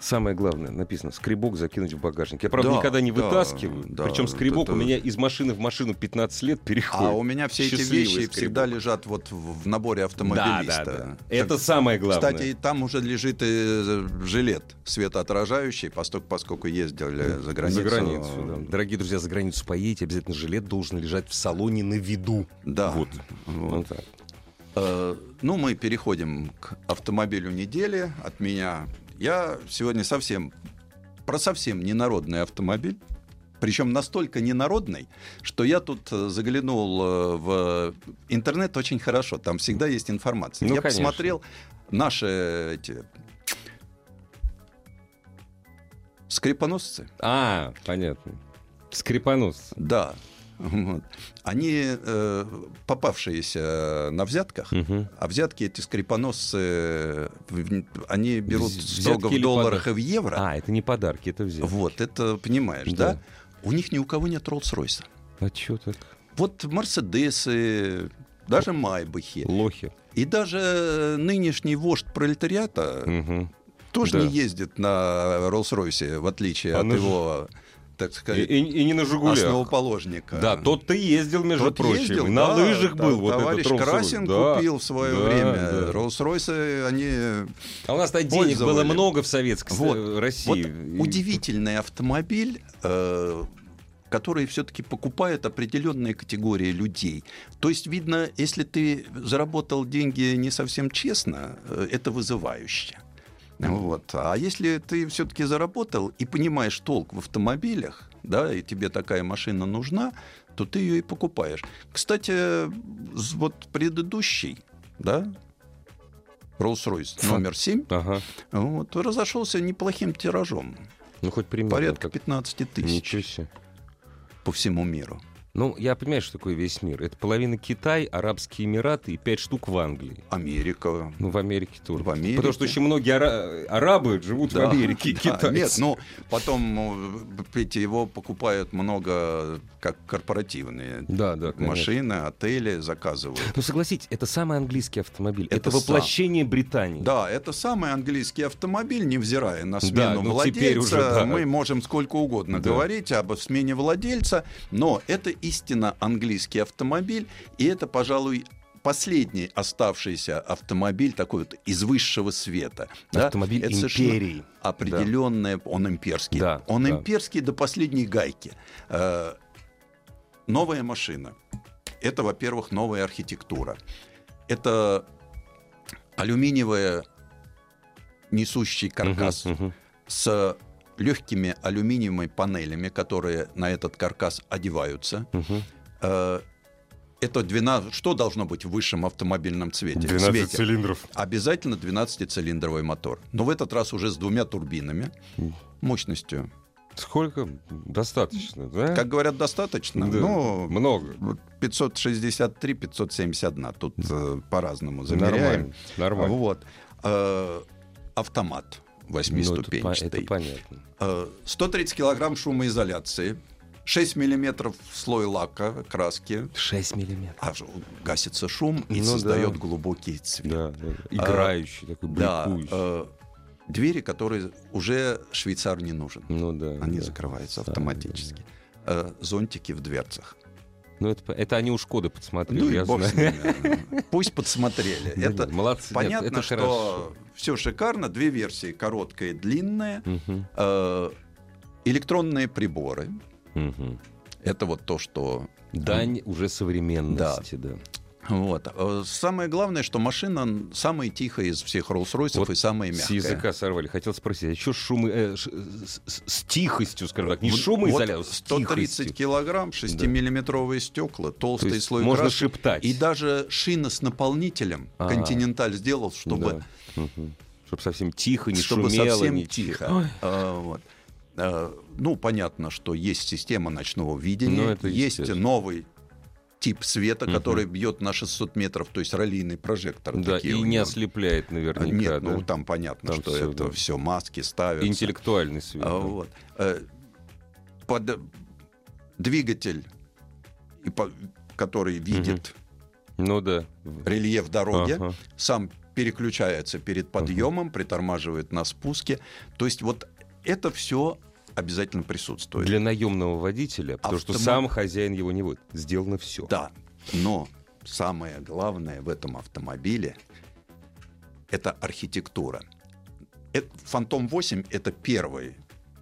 самое главное написано: скребок закинуть в багажник. Я правда Да, никогда не да, вытаскиваю. да, Причем скребок это- у меня из машины в машину 15 лет переходит. А у меня все эти Счастливый вещи скребок. всегда лежат вот в в наборе да, автомобилиста. да, да. Так, Это самое главное. Кстати, и там уже лежит э, жилет светоотражающий, постольку- поскольку ездили за границу. За границу, да. Дорогие друзья, за границу поедете, обязательно жилет должен лежать в салоне на виду. Да. Вот. А. Вот. Вот так. Э, ну, мы переходим к автомобилю недели от меня. Я сегодня совсем про совсем ненародный автомобиль. Причем настолько ненародный, что я тут э, заглянул э, в интернет очень хорошо. Там всегда есть информация. Ну, я конечно. посмотрел наши эти скрипоносцы. А, понятно. Скрипанус. Да. <laughs> Вот. Они э, попавшиеся на взятках, Мгм. а взятки эти скрипоносцы, в- они берут Взятки строго в или долларах подарки? и в евро. А, это не подарки, это взятки. вот, это понимаешь, да. Да. У них ни у кого нет Роллс-Ройса. А чё так? Вот Мерседесы, даже Майбахи. Лохи. И даже нынешний вождь пролетариата Мгм. тоже Да. не ездит на Роллс-Ройсе, в отличие А от ну ж- его, так И, сказать, и- и не на «Жигулях». основоположника. Да, тот-то и ездил, между Э, Тот прочим. ездил, И на да, лыжах та- был вот этот Товарищ Rolls-Royce. Красин Да, купил в свое да, время. да. Роллс-Ройсы, они... А у нас-то денег было пользовали. много в Советской Вот. э, России. Вот И- удивительный автомобиль, э, который все-таки покупает определенные категории людей. То есть, видно, если ты заработал деньги не совсем честно, э, это вызывающе. Вот. А если ты все-таки заработал и понимаешь толк в автомобилях, да, и тебе такая машина нужна, то ты ее и покупаешь. Кстати, з- вот предыдущий, да, Rolls-Royce Фа- номер 7, Ага. вот, разошелся неплохим тиражом. Ну, хоть примерно. Порядка как- 15 тысяч Ничего себе. по всему миру. Ну, я понимаю, что такое весь мир. Это половина Китай, Арабские Эмираты и пять штук в Англии. Америка. Ну, в Америке тоже. В Америке. Потому что очень многие ара- арабы живут Да, в Америке, и да, китайцы. Нет, ну потом ну, ведь его покупают много как корпоративные да, да, Ну, конечно. машины, отели заказывают. Ну, согласитесь, это самый английский автомобиль. Это, Это воплощение Британии. Да, это самый английский автомобиль, невзирая на смену ну, владельца. теперь уже, да. Мы можем сколько угодно Да. говорить об смене владельца, но это истинно английский автомобиль, и это, пожалуй, последний оставшийся автомобиль такой вот из высшего света. да. Автомобиль Это совершенно империи. определенное, он имперский. Да, он да. имперский до последней гайки. Э, новая машина. Это, во-первых, новая архитектура. Это алюминиевая несущий каркас Мгм, мгм. с легкими алюминиевыми панелями, которые на этот каркас одеваются. Мгм. Э, Это 12... Что должно быть в высшем автомобильном цвете? Цвете. цилиндров. Обязательно 12-цилиндровый мотор. Но в этот раз уже с двумя турбинами. Мгм. Мощностью. Сколько? Достаточно, да? Как говорят, достаточно. Да. Ну, Много. 563-571. Тут э, по-разному замеряем. Нормально. Нормально. Вот. Э, автомат Ну, это по- это, восьмиступенчатый. понятно. Э, 130 килограмм шумоизоляции. 6 миллиметров слой лака, краски. 6 миллиметров. А ж- гасится шум и Ну да. создает глубокий цвет. Да, да. Играющий, такой А, Да, бликующий. э, двери, которые уже швейцар не нужен. ну да. Они да. закрываются Да, автоматически. Э, зонтики в дверцах. Ну, это, по- это они у Шкоды подсмотрели, Ну и я бог с знаю. ними. <laughs> Пусть подсмотрели. Да Это нет, молодцы. Нет, понятно, это что хорошо. все шикарно. Две версии: короткая и длинная. Мгм, Э, электронные приборы. мгм. Это вот то, что Дань уже современности, да. Вот. Э, Самое главное, что машина н- самая тихая из всех Rolls-Royce Вот и самая С мягкая. языка сорвали. Хотел спросить, а что с шумы... э, ш- с, с- с тихостью, скажем так, не Вот- шумоизоляция, вот с 130 тихостью. килограмм, 6-миллиметровые стекла, То толстый есть слой можно краски. шептать. И даже шина с наполнителем А. Континенталь сделал, чтобы, Чтобы совсем тихо, не чтобы шумело. совсем не- тихо. Ой. А, вот. А, ну, понятно, что есть система ночного видения, Ну, это есть естественно. новый тип света, который бьет на 600 метров, то есть раллийный прожектор. Да, такие и у не него. ослепляет А, наверняка. Нет, да? ну там понятно, Там что всё, это да. все маски ставят. Интеллектуальный свет. да. вот. Э, под- Двигатель, и по- который видит Ну да. рельеф дороги, Ага. сам переключается перед подъемом, притормаживает на спуске. То есть вот это все обязательно присутствует. Для наемного водителя, потому что Автомо- сам хозяин его не будет. Сделано все. Да, но самое главное в этом автомобиле это архитектура. Э, Фантом 8 это первый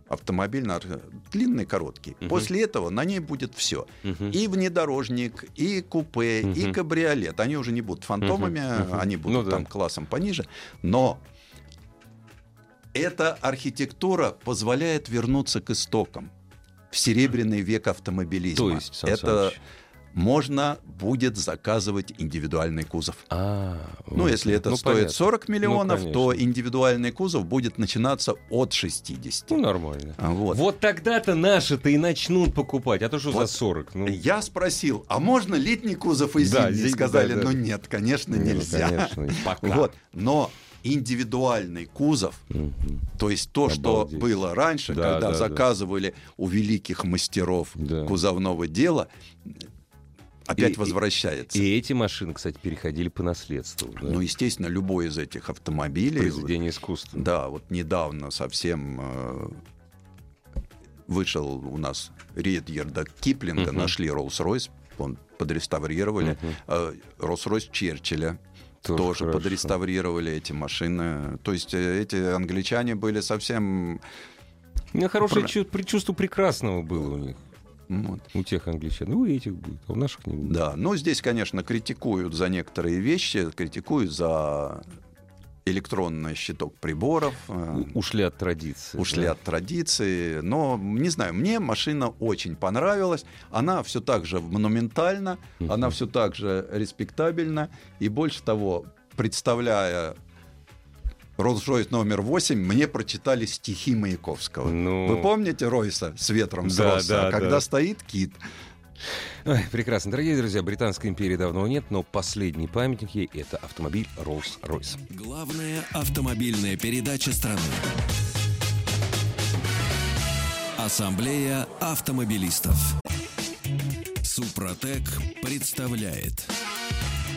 автомобиль, на арх- длинный, короткий. После этого на ней будет все. И внедорожник, и купе, и кабриолет. Они уже не будут фантомами, они будут Ну да. там классом пониже. Но эта архитектура позволяет вернуться к истокам. В серебряный век автомобилизма. То есть, Сан это Саныч. можно будет заказывать индивидуальный кузов. А, Ну, вот. если это Ну, стоит понятно. 40 миллионов, Ну, то конечно. индивидуальный кузов будет начинаться от 60. Ну, нормально. Вот. Вот, тогда-то наши-то и начнут покупать. А то что за Вот. 40? Ну, Я спросил, а можно летний кузов и Да, зимний? зим- Сказали, да, да. ну нет, конечно, ну, нельзя. конечно, пока. <laughs> Вот. Но индивидуальный кузов, Мгм. то есть то, Обалдеть. что было раньше, Да, когда да, да. заказывали у великих мастеров Да. кузовного дела, опять И- и- возвращается. И эти машины, кстати, переходили по наследству. да. Ну, естественно, любой из этих автомобилей, произведение искусства. Да, вот недавно совсем э, вышел у нас Ридьерда Киплинга, Мгм. нашли Роллс-Ройс, он подреставрировали. Э, Роллс-Ройс Черчилля Тоже тоже, хорошо. подреставрировали эти машины. То есть э, эти англичане были совсем... У меня хорошее Про- чу- предчувство прекрасного было у них. м, вот, У тех англичан. Ну, у этих будет, а у наших не будет. ну, Да, но здесь, конечно, критикуют за некоторые вещи, критикуют за электронный щиток приборов. э, У- Ушли от традиции. ушли да. от традиции. Но, не знаю, мне машина очень понравилась. Она все так же монументальна, Мгм. она все так же респектабельна. И больше того, представляя Rolls-Royce номер 8, мне прочитали стихи Маяковского. Ну. Вы помните Ройса с ветром с Да, Росса», да, когда да. стоит кит? Ой, прекрасно. Дорогие друзья, Британской империи давно нет, но последний памятник ей — это автомобиль Rolls-Royce. Главная автомобильная передача страны. Ассамблея автомобилистов. Супротек представляет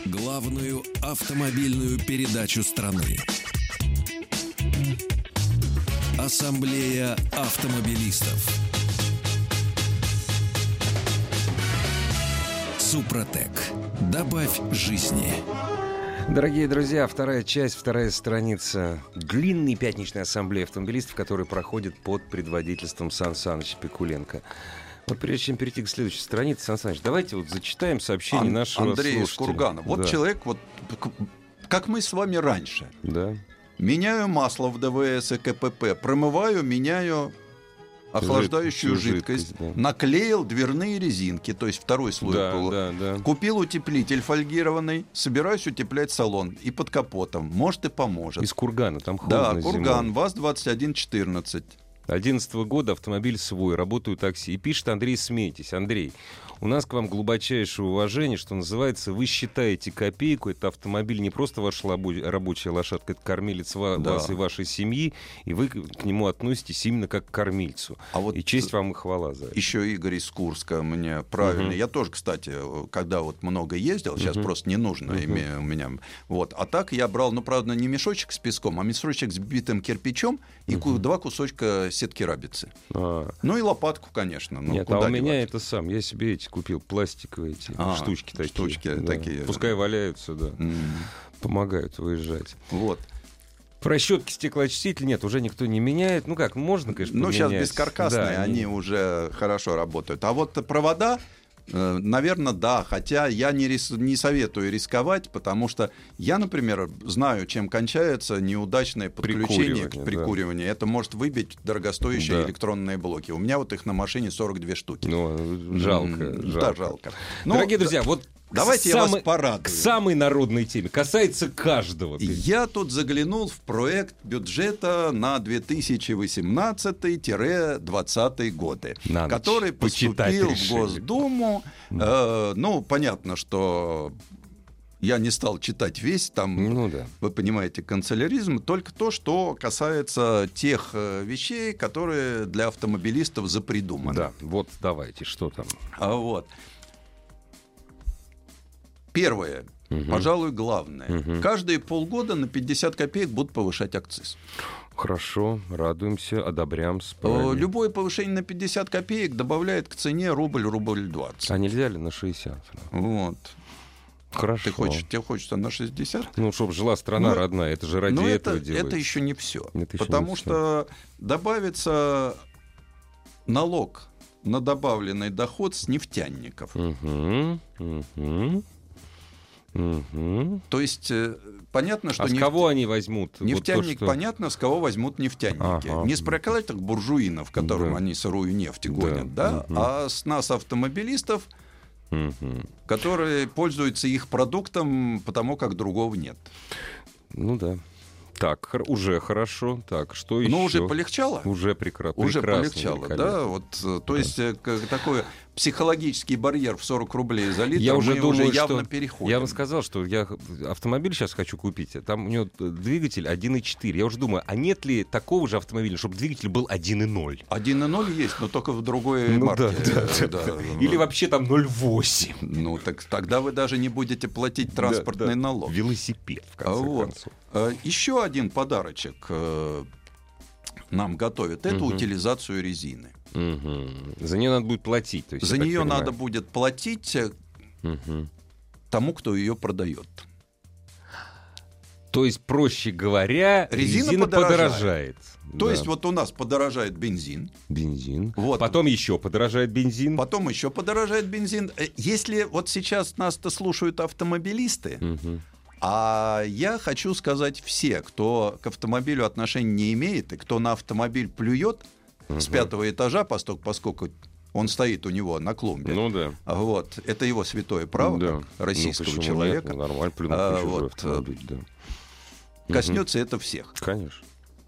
главную автомобильную передачу страны. Ассамблея автомобилистов. Супротек. Добавь жизни. Дорогие друзья, вторая часть, вторая страница длинной пятничной ассамблеи автомобилистов, которая проходит под предводительством Сан Саныча Пикуленко. Вот прежде чем перейти к следующей странице, Сан Саныч, давайте вот зачитаем сообщение Ан- нашего Андрей из слушателя. Кургана. Вот да. человек, вот к- как мы с вами раньше. Да. Меняю масло в ДВС и КПП, промываю, меняю охлаждающую жидкость, жидкость, да. наклеил дверные резинки, то есть второй слой был. Да, да, да. Купил утеплитель фольгированный, собираюсь утеплять салон и под капотом. Может и поможет. Из Кургана, там холодно Да, Курган, ВАЗ-2114. 2011 года автомобиль свой, работаю такси. И пишет Андрей, смейтесь. Андрей, у нас к вам глубочайшее уважение, что называется, вы считаете копейку, это автомобиль не просто ваша лабо- рабочая лошадка, это кормилец ва- Да. вас и вашей семьи, и вы к к нему относитесь именно как к кормильцу. А вот и честь вам и хвала за это. Еще Игорь из Курска мне правильно. Мгм. Я тоже, кстати, э, когда вот много ездил, сейчас Мгм. просто не нужно Мгм. име- у меня. Вот. А так я брал, ну, правда, не мешочек с песком, а мешочек с битым кирпичом и ку- два кусочка сетки рабицы. А, Ну и лопатку, конечно. Ну, Нет, а куда у меня девать? это сам. Я себе эти купил пластиковые эти А, штучки такие. штучки да. такие. Пускай валяются, да. М, Помогают выезжать. Вот. Про щетки стеклоочиститель нет, уже никто не меняет. Ну как, можно, конечно, Ну, сейчас поменять. бескаркасные, Да, они уже хорошо работают. А вот провода, наверное, да. Хотя я не, рис- не советую рисковать, потому что я, например, знаю, чем кончается неудачное подключение Прикуривание, да. к прикуриванию. Это может выбить дорогостоящие Да. электронные блоки. У меня вот их на машине 42 штуки. Ну, М, жалко, жалко. Да, жалко. Ну, Дорогие друзья, вот давайте к я вас самой- порадую. к самой народной теме. Касается каждого. Я тут заглянул в проект бюджета на 2018-2020 годы, На ночь который почитать поступил в решили. Госдуму. Э, ну, понятно, что я не стал читать весь, там, Ну да. вы понимаете, канцеляризм, только то, что касается тех э, вещей, которые для автомобилистов запридуманы. Да, вот давайте, что там. А вот. Первое, Мгм. пожалуй, главное. Мгм. Каждые полгода на 50 копеек будут повышать акциз. Хорошо, радуемся, одобрям. с Э, правильно. Любое повышение на 50 копеек добавляет к цене рубль, рубль 20. А нельзя ли на 60? Вот. Хорошо. Ты хочешь, тебе хочется на 60? Ну, чтобы жила страна Ну, родная, это же ради Но этого это, делается. это еще не все. Это еще потому не всё. что добавится налог на добавленный доход с нефтяников. Мгм, мгм, мгм. То есть э, понятно, что А с нефть- кого они возьмут? Вот то, Нефтяник, что- понятно, с кого возьмут нефтяники. Ага. Не с проклятых буржуинов, которым Да. они сырую нефть гонят, Да. да, Мгм. а с нас, автомобилистов, Мгм. которые пользуются их продуктом, потому как другого нет. Ну да. Так, хор- уже хорошо. Так, что еще? Но Ну, уже полегчало? Уже прекра- прекрасно. Уже полегчало, великолепно. да? Вот, э, то есть э, к- такой психологический барьер в 40 рублей за литр Я уже мы думаю, уже явно что- переходим. Я вам сказал, что я х- автомобиль сейчас хочу купить. а Там у него э, двигатель 1.4. Я уже думаю, а нет ли такого же автомобиля, чтобы двигатель был 1.0? 1.0 есть, но только в другой Ну марке. да, Э, да. Или вообще там 0.8? Ну, так тогда вы даже не будете платить транспортный Да, да. налог. Велосипед, в конце А вот. концов. Еще один подарочек э, нам готовят. Это Мгм. утилизацию резины. Мгм. За нее надо будет платить. то есть, За я так нее понимаю. надо будет платить э, Мгм. тому, кто ее продает. То есть, проще говоря, резина, Резина подорожает. подорожает. То Да. есть вот у нас подорожает бензин, бензин. Вот. Потом еще подорожает бензин. потом еще подорожает бензин. Э, Если вот сейчас нас-то слушают автомобилисты, Мгм. А я хочу сказать все, кто к автомобилю отношения не имеет, и кто на автомобиль плюет с пятого этажа, постоль- поскольку он стоит у него на клумбе. Ну да. Вот, это его святое право да. как российского Ну, почему человека. нет? Ну, Нормально, плюнуть на А, чужой вот, автомобиль, да. Коснется это всех. Конечно.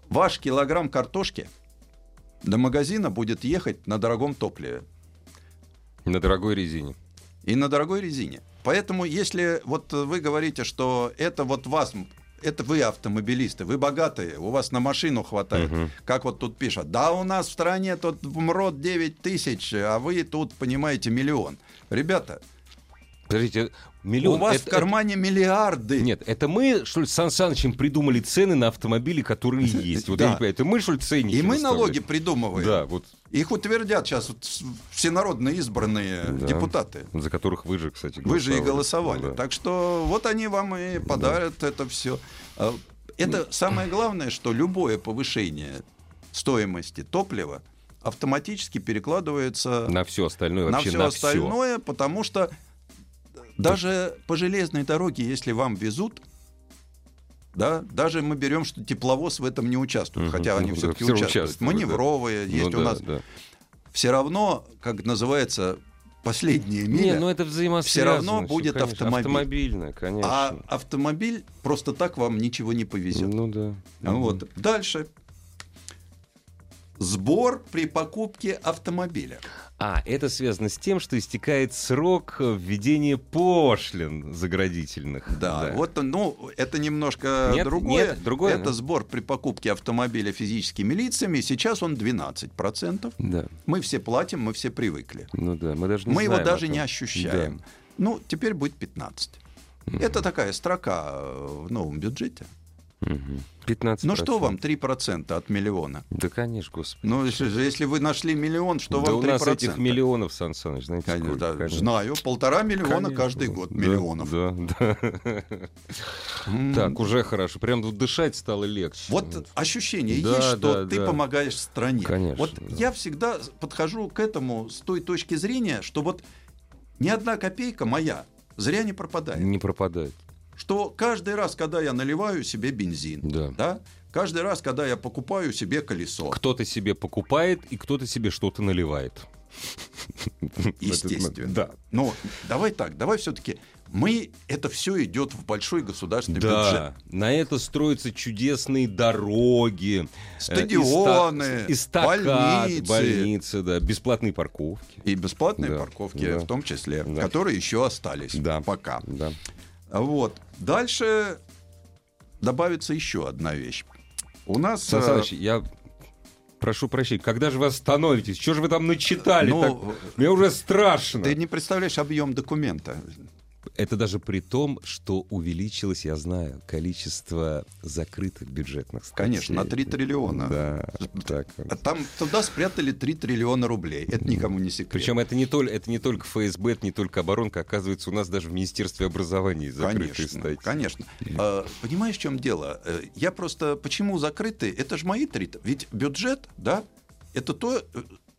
Ваш килограмм картошки до магазина будет ехать на дорогом топливе На дорогой резине. и на дорогой резине. Поэтому, если вот вы говорите, что это вот вас, это вы автомобилисты, вы богатые, у вас на машину хватает, как вот тут пишут, да, у нас в стране тут МРОД 9 тысяч, а вы тут, понимаете, миллион. Ребята, Подождите, миллион... у вас это- в кармане миллиарды. это- Нет, это мы, что ли, с Сан Санычем придумали цены на автомобили, <laughs> которые есть. Вот я Да. не понимаю, это мы, что ли, ценники И мы выставляем? налоги придумываем. Да, вот Их утвердят сейчас вот с- всенародно избранные Да. депутаты. за которых вы же, кстати, Вы же и голосовали. голосовали. Да. Так что вот они вам и подарят это все. Это самое главное, что любое повышение стоимости топлива автоматически перекладывается На все остальное, на Ну, вообще все на все. остальное, потому что даже по железной дороге, если вам везут, да, даже мы берем, что тепловоз в этом не участвует, Мгм. хотя они Ну да, все-таки всё участвуют. участвуют, да. Маневровые Ну есть у да, нас. да. Все равно, как называется, последняя миля. Не, ну это взаимосвязано. равно всё, будет конечно. автомобиль. Автомобильное, конечно. А автомобиль просто так вам ничего не повезет. Ну да. А Вот. Дальше. Сбор при покупке автомобиля. А, это связано с тем, что истекает срок э, введения пошлин заградительных. Да, вот, ну, это немножко Нет, другое. нет, другое, это да. сбор при покупке автомобиля физическими лицами. Сейчас он 12%. Да, Мы все платим, мы все привыкли. ну да, мы даже не мы его знаем о даже том. не ощущаем. Ну, теперь будет 15. Это такая строка э, в новом бюджете. Да. Мгм. 15 Ну что вам 3% от миллиона? Да, конечно, господи. Ну, если, же- если вы нашли миллион, что да вам 3%? у нас этих миллионов, Сан Саныч, знаете, Конечно, сколько, да, конечно. Знаю, полтора миллиона Конечно. каждый год. Да, Миллионов. Да, да. М. Так, уже хорошо. Прям тут дышать стало легче. Вот ощущение Да, есть, что да, ты да. помогаешь стране. Конечно, вот да. я всегда подхожу к этому с той точки зрения, что вот ни одна копейка моя зря не пропадает. Не пропадает. Что каждый раз, когда я наливаю себе бензин, Да. каждый раз, когда я покупаю себе колесо, Кто-то себе покупает, и кто-то себе что-то наливает. естественно. Да. Но давай так, давай все-таки мы это все идет в большой государственный бюджет. Да, на это строятся чудесные дороги, э, Стадионы, иста- эстакад, больницы. больницы, да, бесплатные парковки. И бесплатные Да, парковки да. в том числе, Да. которые еще остались Да. пока. Да. Вот. Дальше добавится еще одна вещь. У нас... Сан э, Саныч, я прошу прощения, когда же вы остановитесь? Что же вы там начитали? Ну, так? Мне уже страшно. ты не представляешь объем документа. Это даже при том, что увеличилось, я знаю, количество закрытых бюджетных статей. Конечно, на 3 триллиона. Да, так. А Там туда спрятали 3 триллиона рублей. Это никому не секрет. Причем это не, только, это не только ФСБ, это не только оборонка. Оказывается, у нас даже в Министерстве образования есть закрытые Конечно, статьи. конечно. А, понимаешь, в чем дело? Э, Я просто... Почему закрыты? Это же мои три... Ведь бюджет, да, это то, э,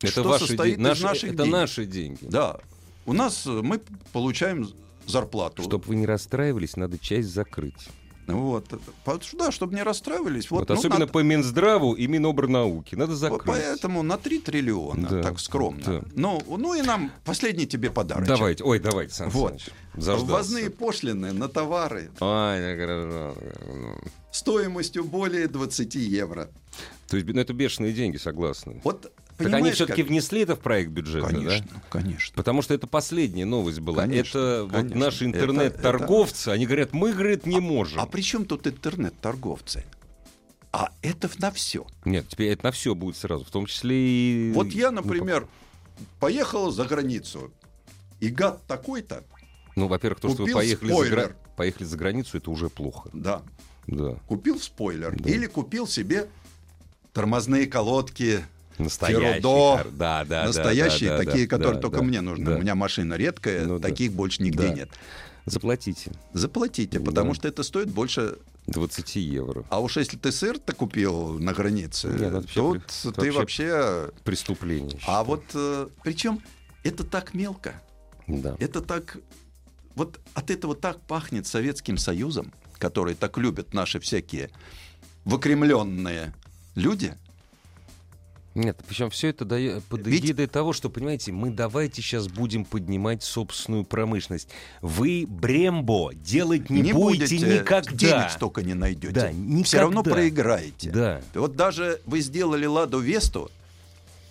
Это что ваши состоит де- из наши- наших Это денег. наши деньги. Да. У нас э, мы получаем зарплату. Чтобы вы не расстраивались, надо часть закрыть. Вот. По- Да, чтобы не расстраивались. Вот, Вот, ну, особенно надо- по Минздраву и Миноборнауки. Надо По- закрыть. Поэтому на 3 триллиона, Да, так скромно. да. Ну, ну и нам последний тебе подарок. Давайте, ой, давайте, Сан Вот. Саныч. Заждался. Ввозные пошлины на товары Ай, я горжусь, горжусь. стоимостью более 20 евро. То есть, ну, это бешеные деньги, согласны. Вот Так они понимаешь, все-таки как- внесли это в проект бюджета, Конечно, да? конечно. Потому что это последняя новость была. Конечно, это вот конечно. наши Это- интернет-торговцы, они говорят, мы, говорит, не можем. А при чем тут интернет-торговцы? А это на все. Нет, теперь это на все будет сразу, в том числе и... Вот я, Ну, например, поехал за границу, и гад такой-то, Ну, во-первых, то, что вы Купил поехали за, гра- спойлер. поехали за границу, это уже плохо. да, Да. купил спойлер Да. или купил себе тормозные колодки Настоящий. Фердо. кар- Да, да, да, настоящие, да, да, такие, да, которые да, только да, мне нужны. да. У меня машина редкая, Ну да. таких больше нигде Да. нет. Заплатите Заплатите, Да. потому что это стоит больше. 20 евро. А уж если ты сыр-то купил на границе, Нет, это вообще тут при- это ты вообще- вообще... Преступление. А вот причем это так мелко, Да. это так... Вот от этого так пахнет Советским Союзом. которые так любят наши всякие выкремленные люди, Нет, причем все это дае- под Ведь- эгидой того, что, понимаете, мы давайте сейчас будем поднимать собственную промышленность. Вы Брембо делать не, будете, никогда. денег столько не найдете. Да, Все равно никогда. проиграете. Да. Вот даже вы сделали Ладу Весту,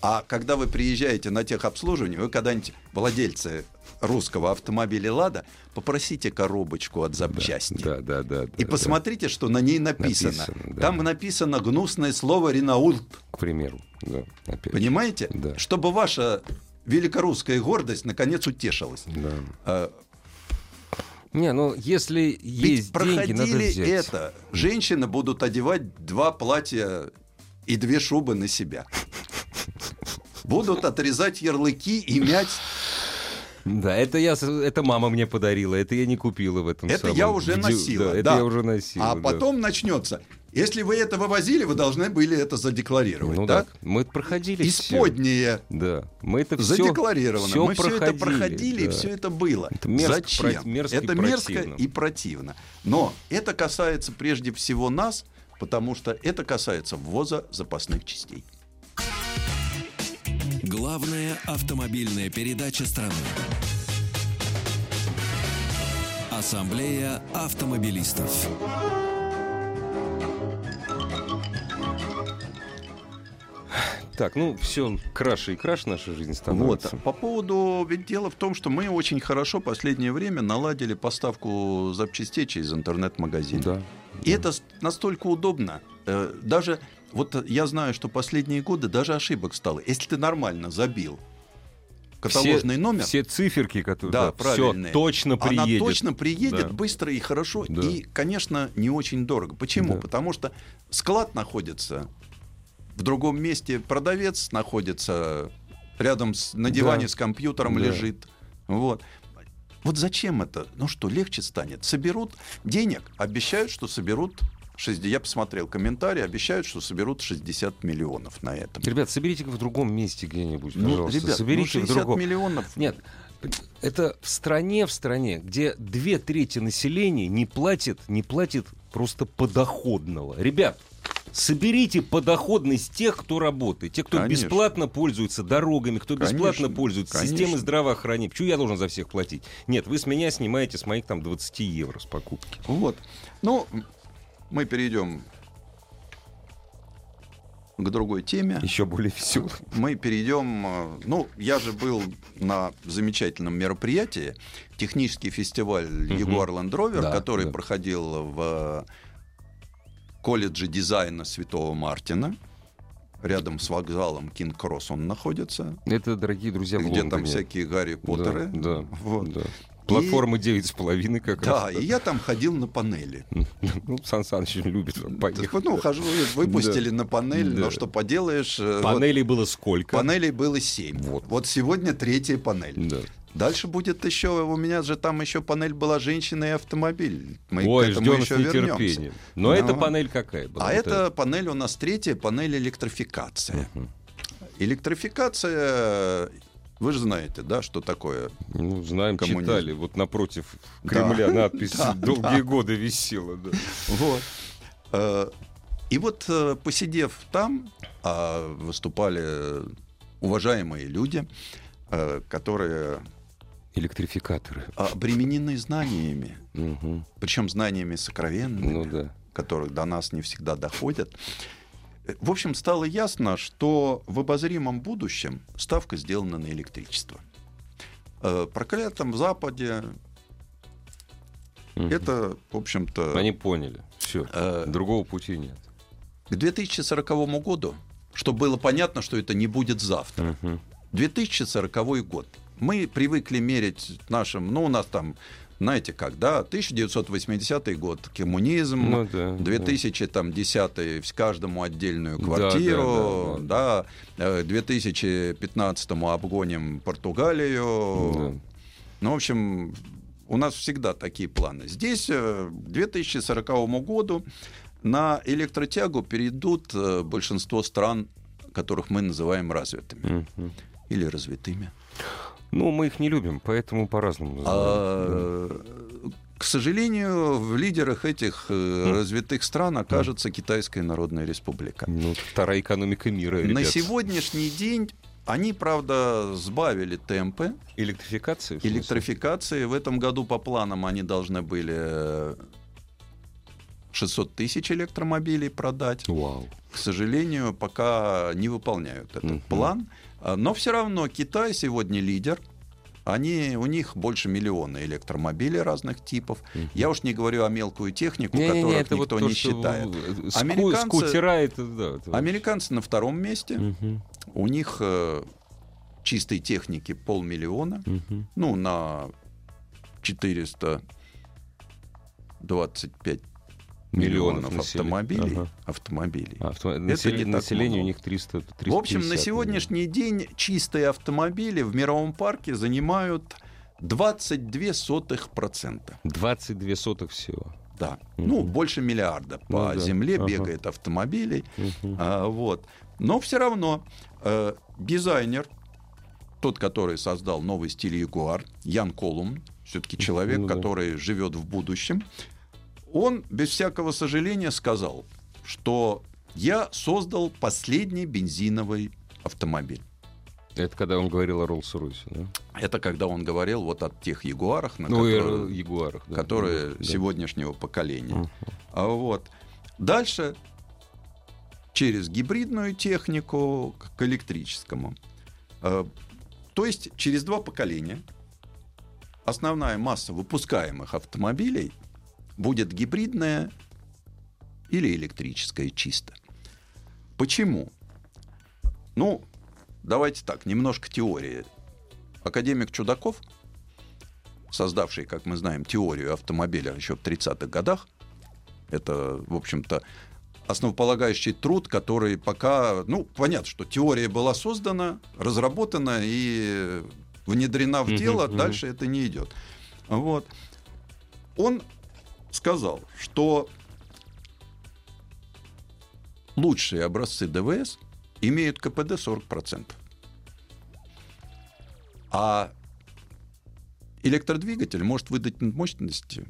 а когда вы приезжаете на техобслуживание, вы когда-нибудь владельцы русского автомобиля Лада попросите коробочку от запчасти. Да, да, да. И да, посмотрите, что на ней написано. Написано, да. Там написано гнусное слово «ренаулт». да, К примеру. Да, опять. Понимаете? Да. Чтобы ваша великорусская гордость наконец утешилась. Да. Э, Не, ну если Ведь есть деньги, проходили надо взять. это. Женщины будут одевать два платья и две шубы на себя. Будут отрезать ярлыки и мять. Да, это я, с- это мама мне подарила, это я не купила в этом. Это самом я уже дю- носила. Ну, Да, это да. я уже носила. А да. потом начнется. Если вы это вывозили, вы должны были это задекларировать. ну так? да, мы это проходили. всё. Исподнее Да, мы это все задекларировано. всё Мы все это да. проходили, и все это было. Это мерзко, Зачем? про- мерзко и это мерзко противно. и противно. Но это касается прежде всего нас, потому что это касается ввоза запасных частей. Главная автомобильная передача страны. Ассамблея автомобилистов. Так, ну все, краше и краше наша жизнь Вот. становится. По поводу, ведь дело в том, что мы очень хорошо последнее время наладили поставку запчастей через интернет-магазин. Да. И это с- настолько удобно. Э, Даже вот я знаю, что последние годы даже ошибок стало. Если ты нормально забил каталожный все, номер, Все циферки, которые... да, все, правильные, точно приедет. Она точно приедет Да. быстро и хорошо, Да. и, конечно, не очень дорого. Почему? Да. Потому что склад находится в другом месте, продавец находится рядом с, на Да. диване с компьютером Да. лежит. Вот. Вот зачем это? Ну что, легче станет? Соберут денег, обещают, что соберут... шесть- Я посмотрел комментарии, обещают, что соберут 60 миллионов на этом. Ребят, соберите-ка в другом месте где-нибудь, Ну, пожалуйста. ребят, ну, соберите в 60 другом. миллионов. Нет, это в стране, в стране, где две трети населения не платит, не платит просто подоходного. Ребят, соберите подоходность тех, кто работает, тех, кто Конечно. бесплатно пользуется дорогами, кто бесплатно Конечно, пользуется конечно. системой здравоохранения. Почему я должен за всех платить? Нет, вы с меня снимаете с моих там 20 евро с <laughs> покупки. Вот. Ну, мы перейдем к другой теме. Еще более весело. Мы перейдем... э, Ну, я же был на замечательном мероприятии. Технический фестиваль Jaguar Land Rover, Да, который да. проходил в э, колледже дизайна Святого Мартина. Рядом с вокзалом Кинг-Кросс он находится. Это, дорогие друзья, в где там Лондоне. всякие Гарри Да, Поттеры. Да, Вот. да. Платформа 9,5 как Да, раз. и я там ходил на панели. Ну, Сан Саныч любит Так поехать. вот, Ну, хожу, выпустили на панель, Да. но что поделаешь. э, вот Панелей было сколько? панелей было 7. Вот. Вот. сегодня третья панель. Да. Дальше будет еще, у меня же там еще панель была женщина и автомобиль. Мы к Ой, этому ждем с еще вернемся. нетерпением. Но Ну, эта панель какая была? А Вот это панель у нас третья, панель электрификация. Электрификация, вы же знаете, да, что такое? Ну, знаем, коммунизм. читали. Вот напротив Да. <laughs> Кремля надпись Да, долгие годы висела. да. Вот. Э, И вот, э, посидев там, а, выступали уважаемые люди, э, которые Электрификаторы. обременены знаниями, Мгм. причем знаниями сокровенными, Ну да. которых до нас не всегда доходят. Э, В общем, стало ясно, что в обозримом будущем ставка сделана на электричество. Э, Проклятом в Западе Мгм. это, в общем-то... Они поняли. Все. э, Другого пути нет. К 2040 году, чтобы было понятно, что это не будет завтра. 2040 год. Мы привыкли мерить нашим, ну у нас там, знаете как, да, 1980 год, коммунизм, Ну да, да. 2010 в каждому отдельную Да, квартиру, да, да, э, 2015 обгоним Португалию. Да. Ну, в общем, у нас всегда такие планы. Здесь э, к 2040 году на электротягу перейдут э, большинство стран, которых мы называем развитыми Мгм. или развитыми. Ну, мы их не любим, поэтому по-разному. называем. А, К сожалению, в лидерах этих Хм. э, развитых стран окажется Китайская Народная Республика. Ну, вторая экономика мира, э, На ребят. сегодняшний день они, правда, сбавили темпы Электрификация? в смысле? электрификации. В этом году по планам они должны были э, 600 тысяч электромобилей продать. Вау. К сожалению, пока не выполняют этот Мгм. план. А, Но все равно Китай сегодня лидер. Они, у них больше миллиона электромобилей разных типов. Я уж не говорю о мелкую технику, Не-не-не, которых это вот никто то, не что считает. в- ску- Американцы- Скутера это, да. это- Американцы на втором месте. Мгм, У них э, чистой техники полмиллиона. мгм. ну, на 425 Миллионов миллионов населения. автомобилей. Ага. автомобилей. А, авто- насели- не так население у много. них 300, В общем, 350 на миллионов. сегодняшний день чистые автомобили в мировом парке занимают 22 сотых процента. 22 сотых всего. Да. Мгм. Ну, больше миллиарда Ну по да. земле Ага. бегает автомобилей. Мгм. А, вот. Но все равно э, дизайнер, тот, который создал новый стиль Ягуар, Ян Колум, все-таки человек, Ну да. который живет в будущем, он без всякого сожаления сказал, что я создал последний бензиновый автомобиль. Это когда он говорил о Роллс-Ройсе, да? Это когда он говорил вот о тех Ягуарах, на Ну, и которые- о Ягуарах. да. которые Да. сегодняшнего поколения. Мгм. А вот. Дальше через гибридную технику к- к электрическому. Э, То есть через два поколения основная масса выпускаемых автомобилей будет гибридная или электрическая чисто. Почему? Ну, давайте так, немножко теории. Академик Чудаков, создавший, как мы знаем, теорию автомобиля еще в 30-х годах, это, в общем-то, основополагающий труд, который пока... Ну, понятно, что теория была создана, разработана и внедрена в Мгм, дело, мгм. дальше это не идет. Вот. Он сказал, что лучшие образцы ДВС имеют КПД 40%. А электродвигатель может выдать мощности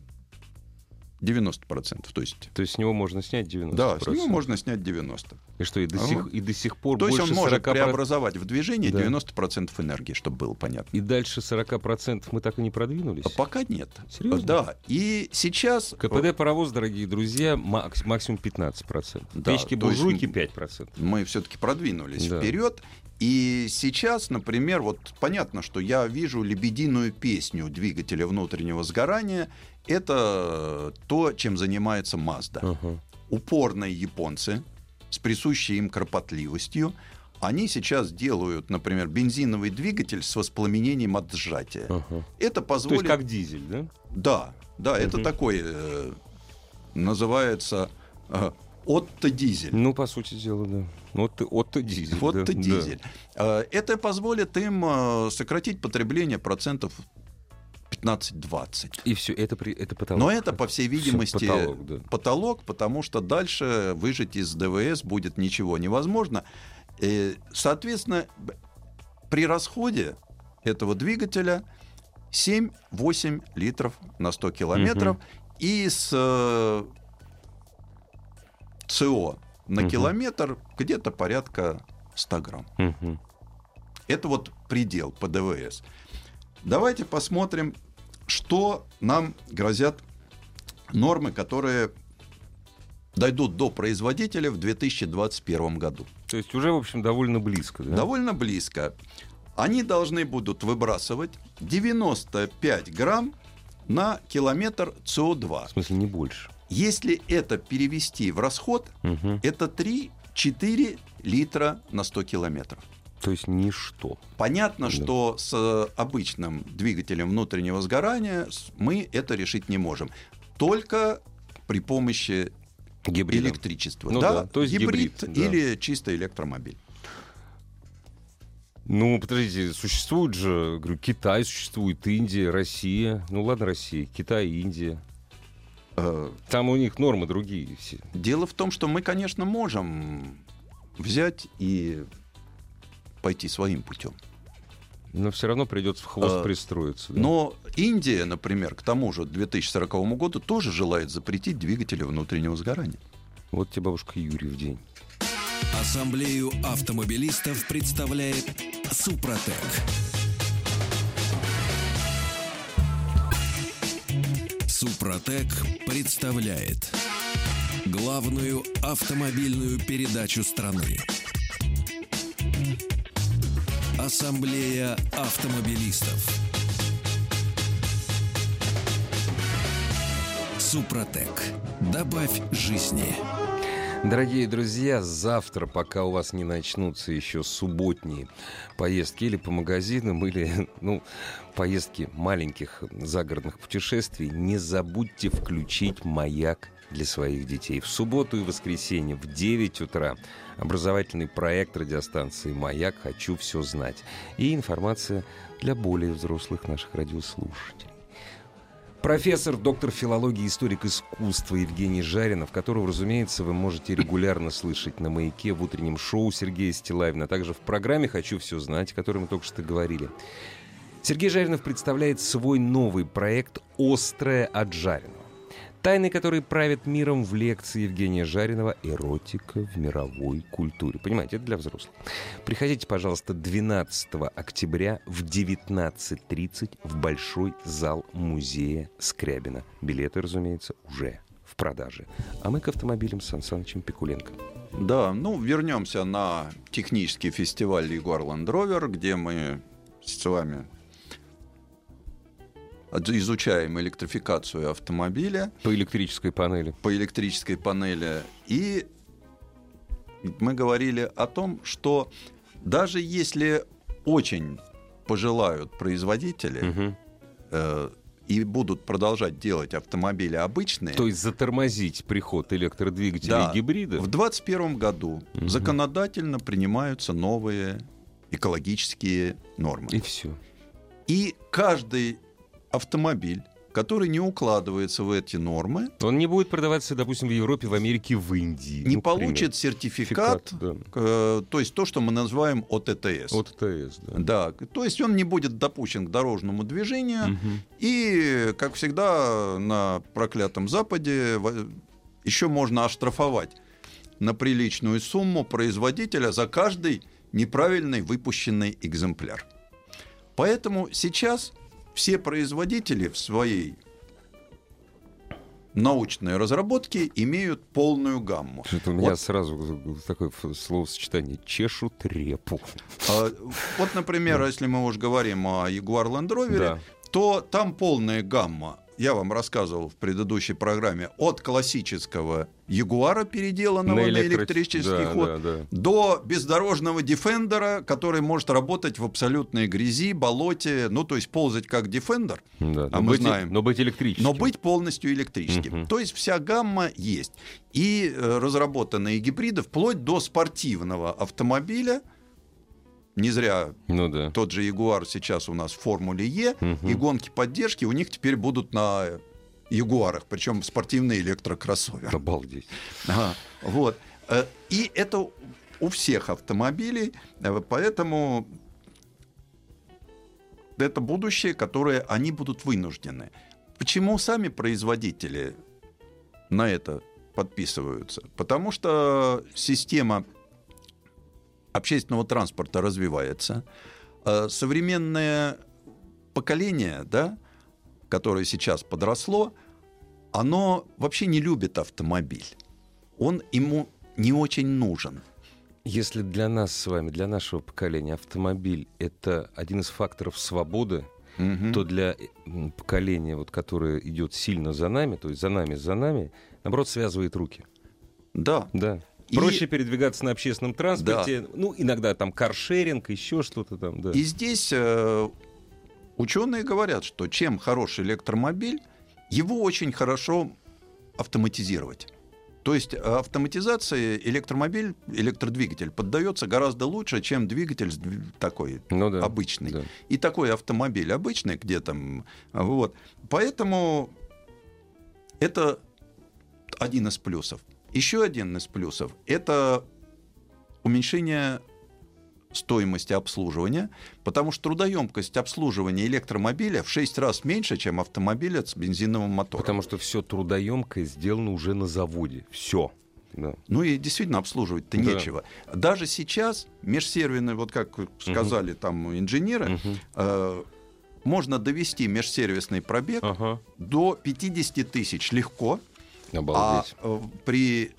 90%. То есть, То есть с него можно снять 90%? да, с него можно снять 90%. И что, и до, А сих, вот. и до сих пор То есть больше он может 40%? преобразовать в движение Да. 90% энергии, чтобы было понятно. И дальше 40% мы так и не продвинулись? А пока нет. Серьезно? Да. И сейчас... КПД паровоз, дорогие друзья, макс- максимум 15%. Да, Печки то есть буржуйки м- 5%. мы все-таки продвинулись Да. вперед. И сейчас, например, вот понятно, что я вижу лебединую песню двигателя внутреннего сгорания. Это то, чем занимается Mazda. Ага. Упорные японцы с присущей им кропотливостью, они сейчас делают, например, бензиновый двигатель с воспламенением от сжатия. Ага. А. Это То есть позволит... как дизель, да? Да, да, это Мгм. такой, э, называется, э, отто-дизель. Ну, по сути дела, да. Вот, ты- вот ты дизель. Вот да, ты да. дизель. Э, Это позволит им э, сократить потребление процентов 15-20. И все, это, при, это потолок. Но это, по всей видимости, потолок, да. потолок, потому что дальше выжить из ДВС будет ничего невозможно. Э, Соответственно, б- при расходе этого двигателя 7-8 литров на 100 километров. И с э, СО на Мгм. километр где-то порядка 100 грамм. Мгм. Это вот предел по ДВС. Давайте посмотрим, что нам грозят нормы, которые дойдут до производителя в 2021 году. То есть уже, в общем, довольно близко, да? Довольно близко. Они должны будут выбрасывать 95 грамм на километр СО2. В смысле, не больше. Если это перевести в расход, Мгм. это 3-4 литра на 100 километров. То есть ничто. Понятно, Да. что с э, обычным двигателем внутреннего сгорания с- мы это решить не можем. Только при помощи Гибридом. электричества. Ну да? да, то есть гибрид, гибрид, да. или чисто электромобиль. Ну, подождите, существует же, говорю, Китай существует, Индия, Россия. Ну, ладно, Россия, Китай, Индия. Э, Там у них нормы другие все. Дело в том, что мы, конечно, можем взять и пойти своим путем. Но все равно придется в хвост А, Э, пристроиться. да. ну, Но Индия, например, к тому же 2040 году тоже желает запретить двигатели внутреннего сгорания. Вот тебе бабушка Юрий в день. Ассамблею автомобилистов представляет Супротек. Супротек представляет главную автомобильную передачу страны. Ассамблея автомобилистов. Супротек. Добавь жизни. Дорогие друзья, завтра, пока у вас не начнутся еще субботние поездки или по магазинам, или <laughs> ну, поездки маленьких загородных путешествий, не забудьте включить маяк для своих детей. В субботу и воскресенье в 9 утра образовательный проект радиостанции «Маяк. Хочу все знать». И информация для более взрослых наших радиослушателей. Профессор, доктор филологии, историк искусства Евгений Жаринов, которого, разумеется, вы можете регулярно слышать на «Маяке» в утреннем шоу Сергея Стилавина, а также в программе «Хочу все знать», о которой мы только что говорили. Сергей Жаринов представляет свой новый проект «Острое от Жаринова». Тайны, которые правят миром в лекции Евгения Жаринова «Эротика в мировой культуре». Понимаете, это для взрослых. Приходите, пожалуйста, 12 октября в 19.30 в Большой зал музея Скрябина. Билеты, разумеется, уже в продаже. А мы к автомобилям с Сан Санычем Пикуленко. Да, ну вернемся на технический фестиваль Jaguar Land Rover, где мы с вами от- изучаем электрификацию автомобиля По электрической панели. по электрической панели. И мы говорили о том, что даже если очень пожелают производители Мгм. э, и будут продолжать делать автомобили обычные, То есть затормозить приход электродвигателей Да. и гибридов. В 2021 году Мгм. законодательно принимаются новые экологические нормы. И все. И каждый автомобиль, который не укладывается в эти нормы, Он не будет продаваться, допустим, в Европе, в Америке, в Индии. не ну, к примеру. получит сертификат, да. э, то есть то, что мы называем ОТТС. От ТС, да. Да, то есть он не будет допущен к дорожному движению, Мгм. и, как всегда, на проклятом Западе еще можно оштрафовать на приличную сумму производителя за каждый неправильный выпущенный экземпляр. Поэтому сейчас все производители в своей научной разработке имеют полную гамму. Что-то у меня Вот. сразу такое ф- словосочетание «чешут репу». А, Вот, например, если мы уж говорим о Jaguar Land Rover, Да. то там полная гамма. Я вам рассказывал в предыдущей программе от классического Ягуара, переделанного на, электро- электрический да, ход, Да, да. до бездорожного дефендера, который может работать в абсолютной грязи, болоте, ну то есть ползать как дефендер, Да, А но мы быть, знаем. Но быть электрическим. но быть полностью электрическим. Мгм. То есть вся гамма есть. И э, разработанные гибриды вплоть до спортивного автомобиля. Не зря Ну да. тот же Ягуар сейчас у нас в Формуле Е, Мгм. и гонки поддержки у них теперь будут на Ягуарах, причем спортивный электрокроссовер. Обалдеть. Ага, Вот. Э, И это у всех автомобилей, э, поэтому это будущее, которое они будут вынуждены. Почему сами производители на это подписываются? Потому что система общественного транспорта развивается. Э, Современное поколение, да, которое сейчас подросло, оно вообще не любит автомобиль. Он ему не очень нужен. Если для нас с вами, для нашего поколения автомобиль — это один из факторов свободы, то для э, м, поколения, вот, которое идет сильно за нами, то есть за нами, за нами, наоборот, связывает руки. Да. Да. И- Проще передвигаться на общественном транспорте. Ну, иногда там каршеринг, еще что-то там, да. И здесь э, ученые говорят, что чем хорош электромобиль, его очень хорошо автоматизировать. То есть э, автоматизации электромобиль, электродвигатель поддается гораздо лучше, чем двигатель с дв- такой Ну да. обычный. Да. И такой автомобиль обычный, где там... а, Вот. Поэтому это один из плюсов. Еще один из плюсов – это уменьшение стоимости обслуживания, потому что трудоемкость обслуживания электромобиля в 6 раз меньше, чем автомобиля с бензиновым мотором. Потому что все трудоемкое сделано уже на заводе. Все. Ну и действительно обслуживать-то Да. нечего. Даже сейчас межсервисные, вот как сказали там инженеры, э, можно довести межсервисный пробег Ага. до 50 тысяч легко, а Обалдеть. э, при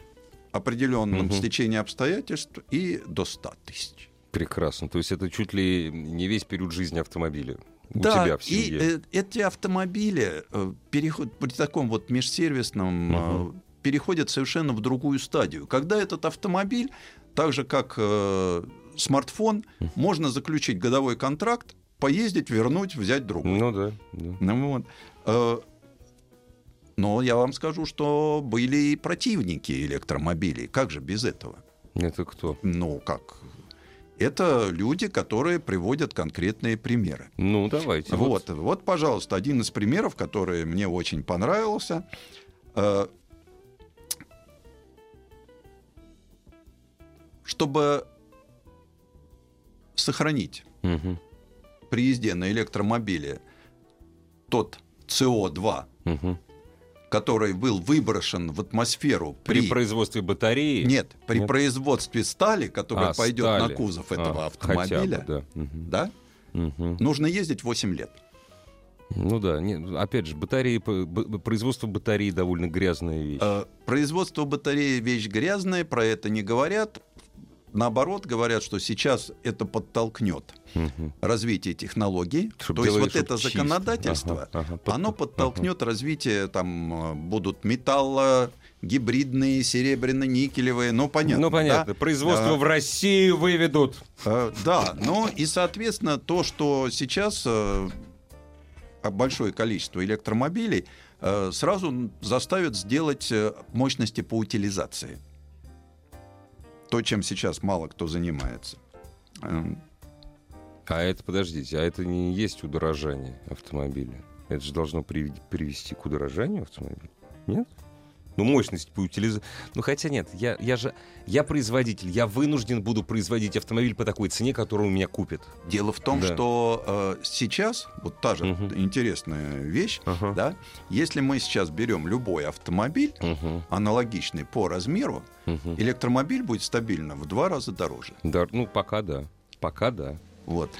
определенном Мгм. стечении обстоятельств и до 100 тысяч. Прекрасно. То есть это чуть ли не весь период жизни автомобиля. У да, тебя в семье. и э, эти автомобили э, переход, при таком вот межсервисном э, переходят совершенно в другую стадию. Когда этот автомобиль, так же как э, смартфон, можно заключить годовой контракт, поездить, вернуть, взять другой. Ну да. да. Ну вот. Э, Но я вам скажу, что были и противники электромобилей. Как же без этого? Это кто? Ну как? Это люди, которые приводят конкретные примеры. Ну, давайте. Вот, вот, пожалуйста, один из примеров, который мне очень понравился. Э, Чтобы сохранить Мгм, при езде на электромобиле тот СО2, мгм. который был выброшен в атмосферу При при... производстве батареи. Нет, при Нет. производстве стали, которая А, пойдет стали. на кузов А, этого хотя бы, автомобиля, да. Мгм, да, мгм. нужно ездить 8 лет. Ну да, нет, опять же, батареи, п- б- производство батареи довольно грязная вещь. Э, Производство батареи вещь грязная, про это не говорят. Наоборот, говорят, что сейчас это подтолкнет Мгм. развитие технологий. Чтоб А, То есть делали, вот чтоб это чисто. законодательство, Ага, ага, под- оно ага. подтолкнет развитие, там э, будут металла, гибридные, серебряно-никелевые, ну понятно. ну понятно, да? производство Да. в России выведут. Э, Да, ну и, соответственно, то, что сейчас э, большое количество электромобилей э, сразу заставит сделать э, мощности по утилизации. То, чем сейчас мало кто занимается. Эм, А это, подождите, а это не есть удорожание автомобиля? Это же должно прив- привести к удорожанию автомобиля? Нет? Ну, мощность по утилиза- Ну, хотя нет, я, я же... Я производитель, я вынужден буду производить автомобиль по такой цене, которую у меня купят. Дело в том, Да. что э, сейчас, вот та же Мгм. интересная вещь, Ага. да, если мы сейчас берем любой автомобиль, Мгм, аналогичный по размеру, мгм. электромобиль будет стабильно в два раза дороже. Да, ну, пока да. Пока да. Вот.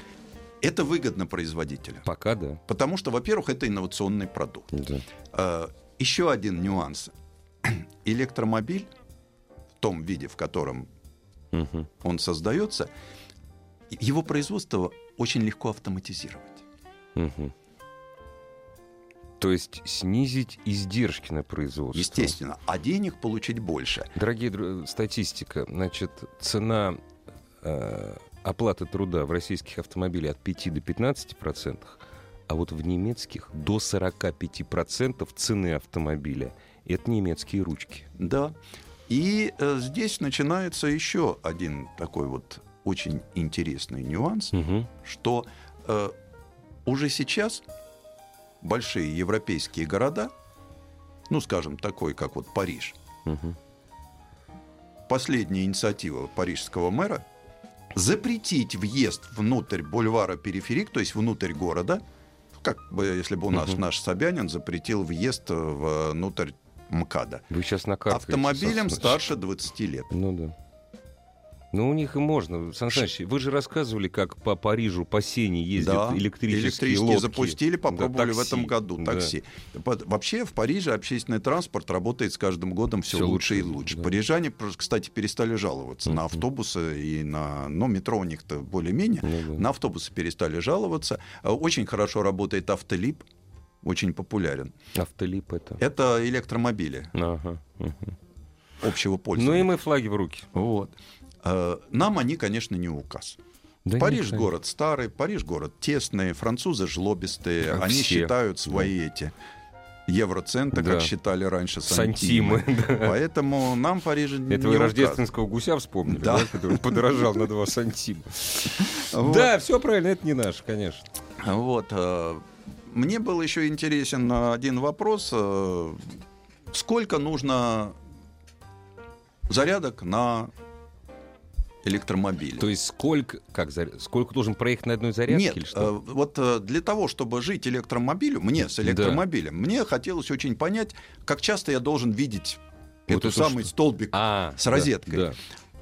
Это выгодно производителю. Пока да. Потому что, во-первых, это инновационный продукт. Да. Э, Еще один нюанс. <clears throat> Электромобиль в том виде, в котором Мгм. он создается, его производство очень легко автоматизировать. Мгм. То есть снизить издержки на производство. Естественно. А денег получить больше. Дорогие дру- э, статистика, значит, цена э, оплаты труда в российских автомобилях от 5 до 15 процентов, а вот в немецких до 45 процентов цены автомобиля. Это немецкие ручки. Да. И э, здесь начинается еще один такой вот очень интересный нюанс. что э, уже сейчас большие европейские города, ну, скажем, такой, как вот Париж, Мгм. последняя инициатива парижского мэра запретить въезд внутрь бульвара периферик, то есть внутрь города, как бы, если бы у нас Мгм. наш Собянин запретил въезд э, внутрь МКАДа. Вы сейчас на карте. Автомобилям старше 20 лет. Ну да. Ну, у них и можно. Сан Саныч, вы же рассказывали, как по Парижу, по Сене ездят Да, электрические, электрические лодки. запустили, Да, попробовали в такси. этом году Да. такси. Под- Вообще в Париже общественный транспорт работает с каждым годом все, Всё лучше и лучше, лучше. да. Парижане, просто, кстати, перестали жаловаться на Мгм. автобусы и на, ну, метро у них-то более-менее. Ну да. На автобусы перестали жаловаться. А, Очень хорошо работает автолип, очень популярен. Автолип это. Это электромобили Ага. мгм. общего пользования. Ну и мы флаги в руки. Вот. Э, Нам они, конечно, не указ. Да Париж нет, город старый, Париж город тесный, французы жлобистые, Как они все. считают свои эти евроценты, Да. как считали раньше Сантимы. <laughs> сантимы. Поэтому нам Париж не Это вы указ. рождественского гуся вспомнили, да? Да. который подорожал на 2 сантима. <laughs> Вот. Да, все правильно, это не наш, конечно. Вот. э, Мне был еще интересен один вопрос. э, Сколько нужно зарядок на электромобилей. То есть сколько, как, заря- сколько должен проехать на одной зарядке Нет, или что? э, вот э, для того, чтобы жить электромобилю, мне с электромобилем, мне хотелось очень понять, как часто я должен видеть Вот эту это самый что? столбик. А, с да, розеткой. да.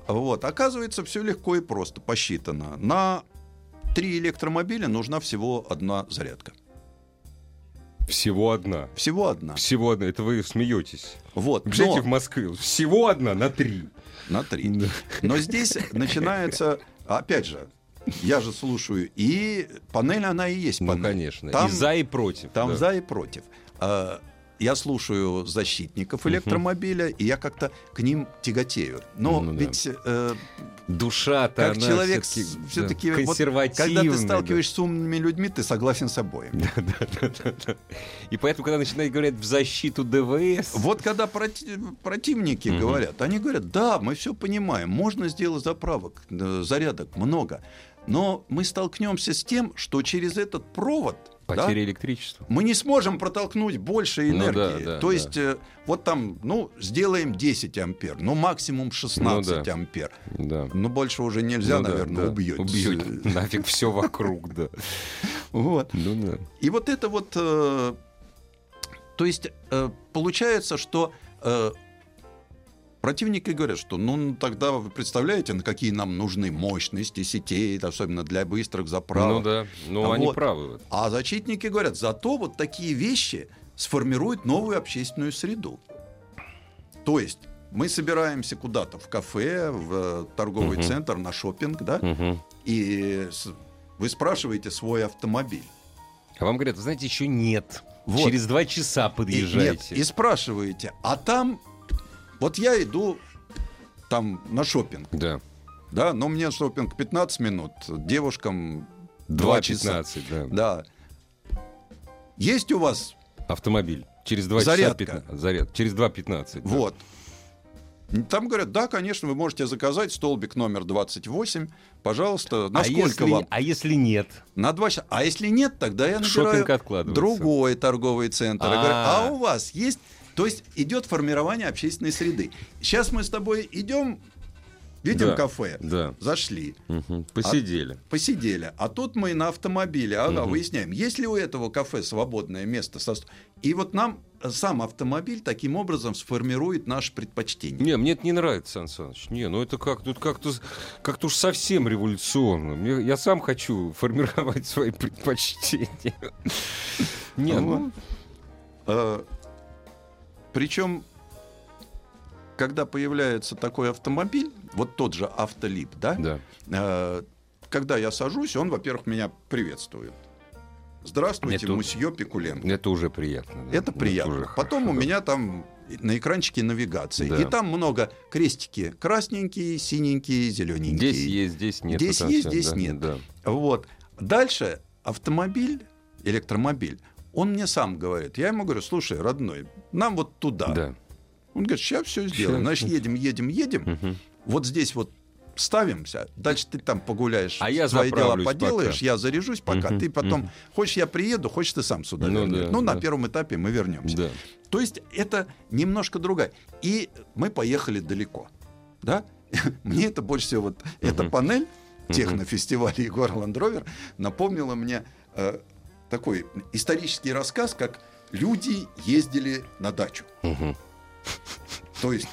Вот. Оказывается, все легко и просто посчитано. На три электромобиля нужна всего одна зарядка. Всего одна. Всего одна. Всего одна. Это вы смеетесь. Вот. Бежите но- в Москве. Всего одна на три. На три. Да. Но здесь начинается, опять же, я же слушаю, и панель она и есть Ну, панель. конечно. Там, и за, и против. там да. за и против. А, Я слушаю защитников электромобиля, и я как-то к ним тяготею. Но Ну да. ведь э, Душа-то как она человек всё-таки, да, все-таки, консервативная. когда ты да. <laughs> сталкиваешься с умными людьми, ты согласен с обоим. Да-да-да-да. И поэтому, когда начинают говорить в защиту ДВС... Вот когда проти- противники Мгм. говорят, они говорят, да, мы все понимаем, можно сделать заправок, э, зарядок много, но мы столкнемся с тем, что через этот провод да, Потеря электричества. мы не сможем протолкнуть больше Ну да, энергии. да, То да. есть э, вот там, ну, сделаем 10 ампер, ну, максимум 16 Ну да. ампер. Да. Но больше уже нельзя, Ну да, наверное, да. убьет. <laughs> Убьет. Нафиг все вокруг, да. Вот. Ну да. И вот это вот, э, то есть э, получается, что э, противники говорят, что ну тогда вы представляете, на какие нам нужны мощности сетей, особенно для быстрых заправок. Ну да. Ну А они вот. правы. в этом. А защитники говорят, зато вот такие вещи сформируют новую общественную среду. То есть мы собираемся куда-то в кафе, в э, торговый Мгм. центр, на шопинг, да, Мгм. и с- вы спрашиваете свой автомобиль. А вам говорят, вы знаете, еще нет. Вот. Через два часа И- подъезжайте. нет, и спрашиваете, а там, вот я иду там на шопинг, Да. да, но мне шопинг 15 минут, девушкам 2 часа. 2.15, да. Да. Есть у вас, Автомобиль. Через 2 Зарядка. часа 15. Заряд. Через 2.15. да. вот. Там говорят, да, конечно, вы можете заказать столбик номер 28, пожалуйста, на а сколько если, вам? А если нет? На два часа. А если нет, тогда я набираю Шопинг откладывается. другой торговый центр. И говорю, А. а у вас есть... То есть идет формирование общественной среды. Сейчас мы с тобой идем, видим Да. кафе, Да. зашли, Мгм. А Посидели. посидели, а тут мы на автомобиле, ага, выясняем, есть ли у этого кафе свободное место. со ст- И вот нам э, сам автомобиль таким образом сформирует наше предпочтение. Не, мне это не нравится, Сан Саныч. Не, ну это как, тут как-то, как-то уж совсем революционно. Мне- я сам хочу формировать <laughs> свои предпочтения. Не, ну, а, Причем, когда появляется такой автомобиль, вот тот же автолип, да? да. Э, Когда я сажусь, он, во-первых, меня приветствует. Здравствуйте, Это- мусье Пикуленко. Это уже приятно. да. Это приятно. уже Потом хорошо, у да. меня там на экранчике навигации. Да. И там много крестики. Красненькие, синенькие, зелененькие. Здесь есть, здесь нет. Здесь это есть, всё, здесь да, нет. Да. Вот. Дальше автомобиль, электромобиль, он мне сам говорит. Я ему говорю, слушай, родной, нам вот туда. Да. Он говорит, сейчас все сделаем. Значит, едем, едем, едем. Мгм. Вот здесь вот ставимся, дальше ты там погуляешь, А я свои дела заправлюсь поделаешь, пока. я заряжусь пока, Мгм, ты потом, хочешь я приеду, хочешь ты сам сюда Ну вернешь. да, ну, да. на первом этапе мы вернемся. Да. То есть это немножко другая. И мы поехали далеко, да? <laughs> Мне это больше всего, вот эта панель технофестиваля <laughs> Егор Ландровер напомнила мне э, такой исторический рассказ, как люди ездили на дачу. Мгм. То есть,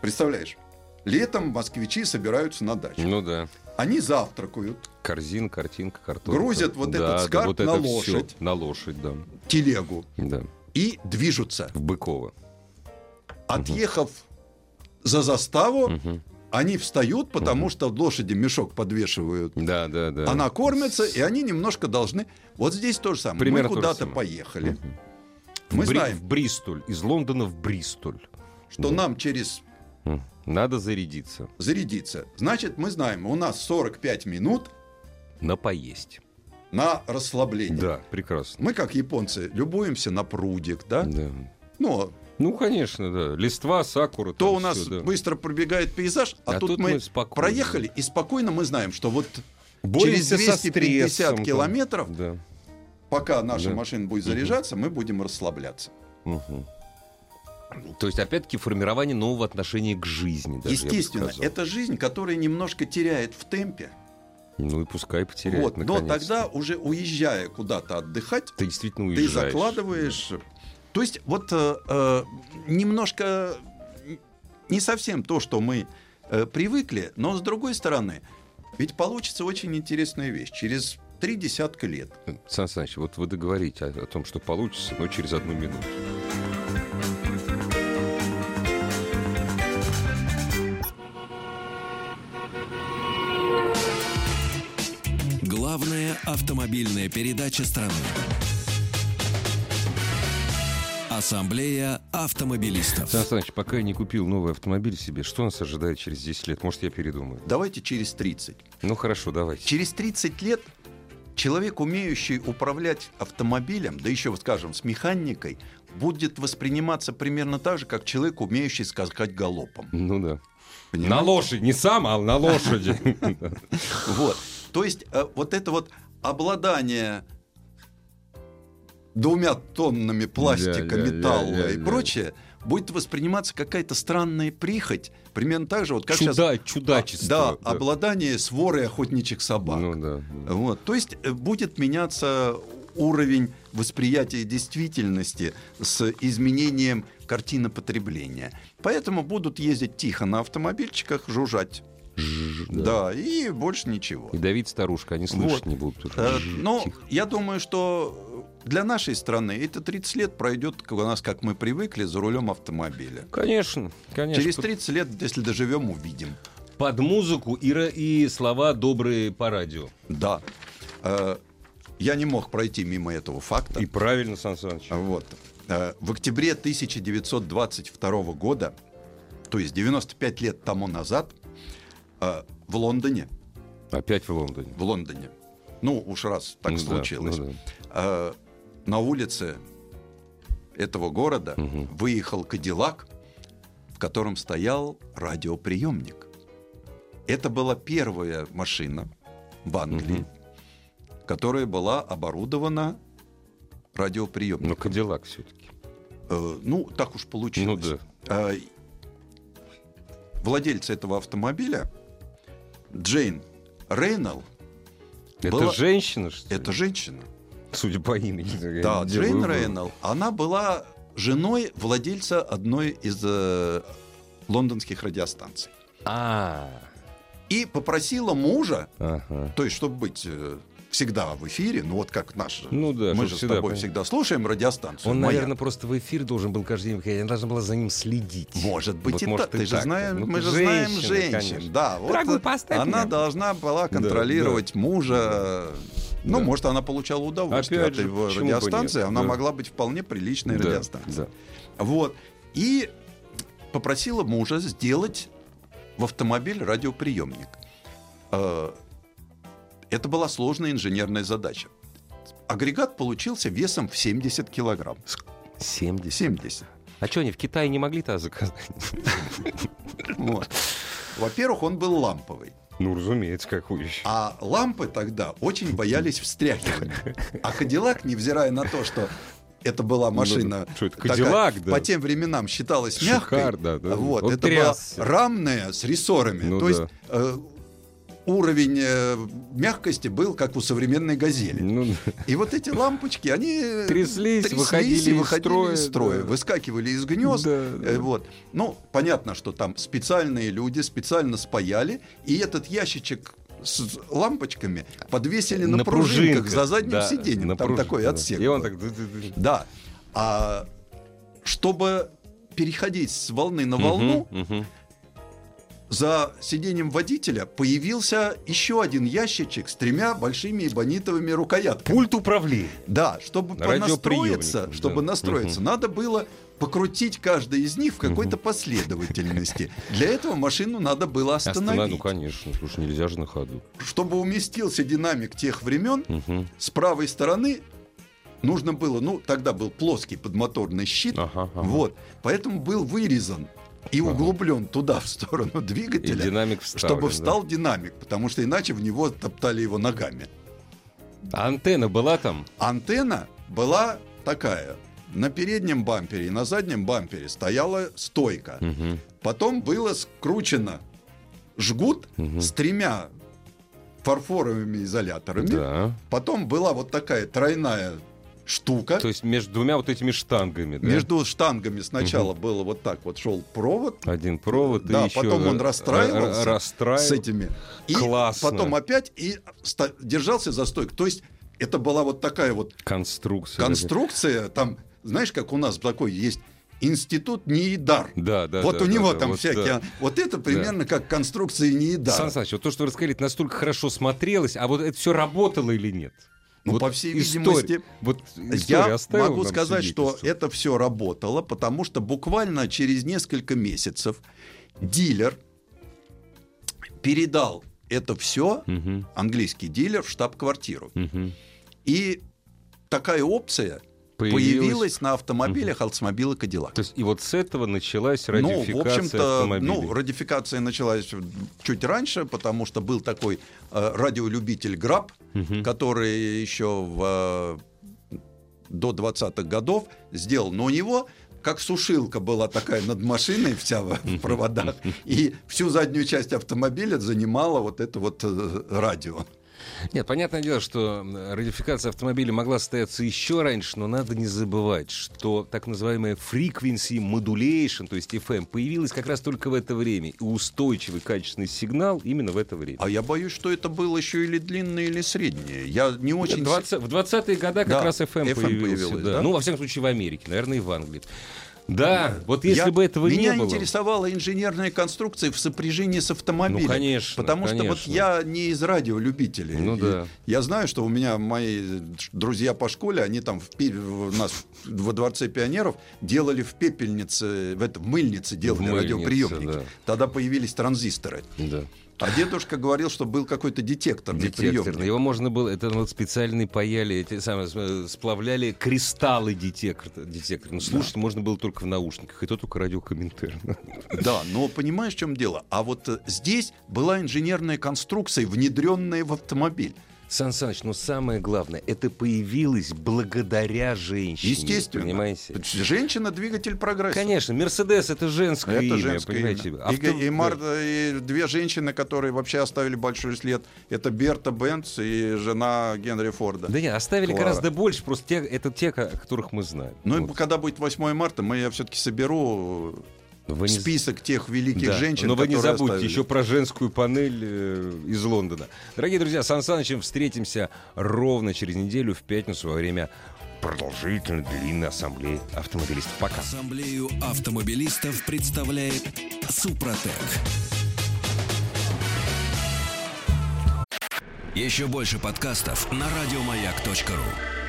представляешь, летом москвичи собираются на дачу. Ну да. Они завтракают, Корзин, картинка, картонка. Грузят вот Да, этот да, скарб вот на это всё. лошадь. На лошадь, да. телегу Да. и движутся. В Быково. Отъехав за заставу, Мгм. они встают, потому что лошади мешок подвешивают. Да, да, да. Она кормится, и они немножко должны... Вот здесь то же самое. Примерно то Мы же куда-то самое. поехали. В Мы Бри- знаем, В Бристоль. Из Лондона в Бристоль. что нам через М. Надо зарядиться. зарядиться. Значит, мы знаем, у нас 45 минут На поесть. на расслабление. Да, прекрасно. Мы, как японцы, любуемся на прудик, да? Да. Ну, Ну, конечно, да. Листва, сакура. то там у нас всё, да. быстро пробегает пейзаж, а, А тут, тут мы, мы спокойно. проехали, и спокойно мы знаем, что вот через Боремся со 250 стрессом, там. километров, Да. пока наша Да. машина будет заряжаться, мы будем расслабляться. Мгм. То есть, опять-таки, формирование нового отношения к жизни. Даже, я бы Естественно, сказал. это жизнь, которая немножко теряет в темпе. Ну и пускай потеряет, вот, но наконец-то. тогда уже уезжая куда-то отдыхать, Ты действительно ты уезжаешь. закладываешь. То есть вот э, э, немножко н- не совсем то, что мы э, привыкли, но с другой стороны, ведь получится очень интересная вещь. Через три десятка лет Сан Саныч, вот вы договорите о, о том, что получится, но через одну минуту. Главная автомобильная передача страны. Ассамблея автомобилистов. Сан Саныч, пока я не купил новый автомобиль себе, что нас ожидает через 10 лет? Может, я передумаю? давайте через 30. Ну хорошо, давайте. Через 30 лет человек, умеющий управлять автомобилем, да еще, вот скажем, с механикой, будет восприниматься примерно так же, как человек, умеющий скакать галопом. Ну да. На Понимаете? лошади, не сам, а на лошади. Вот. То есть э, вот это вот обладание двумя тоннами пластика, Ля-ля-ля-ля-ля. металла и прочее будет восприниматься какая-то странная прихоть, примерно так же, вот <laughs> как сейчас... а, Чуда, чудачество. Да, обладание сворой охотничьих собак. Ну да. да. Вот, то есть э, будет меняться уровень восприятия действительности с изменением картины потребления. Поэтому будут ездить тихо на автомобильчиках, жужжать. Да, и больше ничего. И давить старушка, они слышать Вот. не будут. потому Э, что жжж, Но тихо. я думаю, что для нашей страны это 30 лет пройдет как у нас, как мы привыкли, за рулем автомобиля. Конечно, конечно. Через Под- 30 лет, если доживем, увидим. Под музыку и, ра- и слова добрые по радио. Да. Э, Я не мог пройти мимо этого факта. И правильно, Сан Саныч. Вот. Э, В октябре 1922 года, то есть 95 лет тому назад, э, в Лондоне, Опять в Лондоне. в Лондоне, ну уж раз так Ну да, случилось, ну э, на улице этого города Мгм. выехал Кадиллак, в котором стоял радиоприемник. Это была первая машина в Англии, которая была оборудована радиоприемником. Но Ну, Кадиллак все-таки. Э, Ну, так уж Ну получилось. да. А, и- Владельца этого автомобиля, Джейн Рейнелл, Это Была- женщина, что ли? это женщина. Судя по имени. я Да, не делаю Джейн вывод. Рейнелл, она была женой владельца одной из э, лондонских радиостанций. А, И попросила мужа, ага. то есть, чтобы быть э, всегда в эфире, ну вот как наш. Ну да, мы чтоб же с всегда, тобой понятно. всегда слушаем радиостанцию. Он, «Маяк». наверное, просто в эфир должен был каждый день выходить. Она должна была за ним следить. Может быть Вот и может так. и Ты же так. знаешь, Ну, мы же женщины, знаем женщин. конечно. Да, вот Дорогой, э, поставь она меня. должна была контролировать мужа. Ну, Да. может, она получала удовольствие Опять от же, его почему бы нет? радиостанции. Она Да. могла быть вполне приличной Да, радиостанцией. да. Вот. И попросила мужа сделать в автомобиль радиоприемник. Э, Это была сложная инженерная задача. Агрегат получился весом в 70 килограмм. 70. 70. А что, они в Китае не могли-то заказать? Вот. Во-первых, он был ламповый. Ну, разумеется, какую еще. А лампы тогда очень боялись встряхивания. А Кадиллак, невзирая на то, что это была машина, Ну, что это, такая, Кадиллак, да. по тем временам считалась Шикар, мягкой. да, да. Вот, Он это трясся. была рамная с рессорами. Ну то да. есть э, уровень э, мягкости был как у современной газели. Ну, И вот эти лампочки, они э, Тряслись, тряслись выходили и из выходили строя, из строя, да. выскакивали из гнезд. Да, э, да. Вот. Ну, понятно, что там специальные люди специально спаяли, и этот ящичек с лампочками подвесили на, пружинках за задним да, сиденьем. на Там пружинках, такой да. отсек. И он был. так... ды-ды-ды. Да. А чтобы переходить с волны на волну, Мгм, мгм. за сиденьем водителя появился еще один ящичек с тремя большими эбонитовыми рукоятками. Пульт управления. Да, чтобы Радиоприемник, понастроиться, да. чтобы настроиться, надо было покрутить каждый из них в какой-то последовательности. Для этого машину надо было Останови, остановить. Ну, конечно, слушай, нельзя же на ходу. Чтобы уместился динамик тех времен, Мгм. с правой стороны нужно было, ну, тогда был плоский подмоторный щит, Ага, ага. вот, поэтому был вырезан и углублен туда, в И сторону двигателя, динамик вставлен. чтобы встал динамик, потому что иначе в него топтали его ногами. да. А Антенна была там? Антенна была такая, На переднем бампере и на заднем бампере стояла стойка. Мгм. Потом было скручено жгут Мгм. с тремя фарфоровыми изоляторами. Да. Потом была вот такая тройная штука. То есть между двумя вот этими штангами, да? Между штангами сначала было вот так вот шел провод Один провод Да, и еще... потом он ра- расстраивался ра- расстраивал. с этими. И Классно. потом опять и ста- держался за стойку. То есть это была вот такая вот Конструкция. конструкция. Там, знаешь, как у нас такой есть институт Неидар. Да, да. вот да, у да, него да, там вот, всякие... а, да. Вот это примерно как конструкция Неидара. Сан Саныч, вот то, что вы рассказали, это настолько хорошо смотрелось, а вот это все работало или нет? Ну, Вот по всей история- видимости, вот история Я оставила могу нам сказать, что свидетельство? это все работало, потому что буквально через несколько месяцев дилер передал это все, Мгм, английский дилер, в штаб-квартиру. мгм. И такая опция появилась, на автомобилях Oldsmobile Cadillac. То есть и вот с этого началась Ну, радификация в общем-то, автомобилей. ну, радификация началась чуть раньше, потому что был такой э, радиолюбитель Граб, Мгм. который еще в, э, до 20-х годов сделал. Но у него как сушилка была такая над машиной вся в в проводах, и всю заднюю часть автомобиля занимала вот это вот э, радио. Нет, понятное дело, что м, радификация автомобиля могла состояться еще раньше, но надо не забывать, что так называемая frequency modulation, то есть FM, появилась как раз только в это время. И устойчивый качественный сигнал именно в это время. А я боюсь, что это было еще или длинное, или среднее. Я не очень... Нет, 20 в 20-е годы как Да, раз FM, FM появился. появилось, да. да? Ну, во всяком случае, в Америке, наверное, и в Англии. Да, вот если Я- бы этого меня не было... интересовала инженерная конструкция в сопряжении с автомобилем. Ну, конечно, Потому что конечно. вот я не из радиолюбителей. Ну И да. Я знаю, что у меня мои друзья по школе, они там в пе- в- у нас во дворце пионеров делали в пепельнице, в, это, в мыльнице делали мыльнице, радиоприемники. да. Тогда появились транзисторы. Да. А дедушка говорил, что был какой-то детекторный Детектор. приемник. Его можно было, это вот специальные паяли, эти самые э, сплавляли кристаллы детектор. детектор. Но слушать можно было только в наушниках, и то только радиокомментарий. Да, но понимаешь, в чем дело? А вот э, здесь была инженерная конструкция, внедренная в автомобиль. <laughs> Сан Саныч, но самое главное, это появилось благодаря женщине. Естественно. Понимаете? Женщина двигатель прогресса. Конечно, Мерседес это женское Это имя, женское понимаете? А имя. Авто- И, и Марта, и две женщины, которые вообще оставили большой след, это Берта Бенц и жена Генри Форда. Да нет, оставили Клара. гораздо больше, просто те, это те, ко- которых мы знаем. ну, и Вот. когда будет 8 марта, мы я все-таки соберу Вы не- список тех великих Да, женщин, Но вы не которые забудьте оставили. еще про женскую панель э, из Лондона. Дорогие друзья, с Сан Санычем встретимся ровно через неделю в пятницу во время продолжительной длинной ассамблеи автомобилистов. Пока. Ассамблею автомобилистов представляет Супротек. Еще больше подкастов на радиомаяк.ру.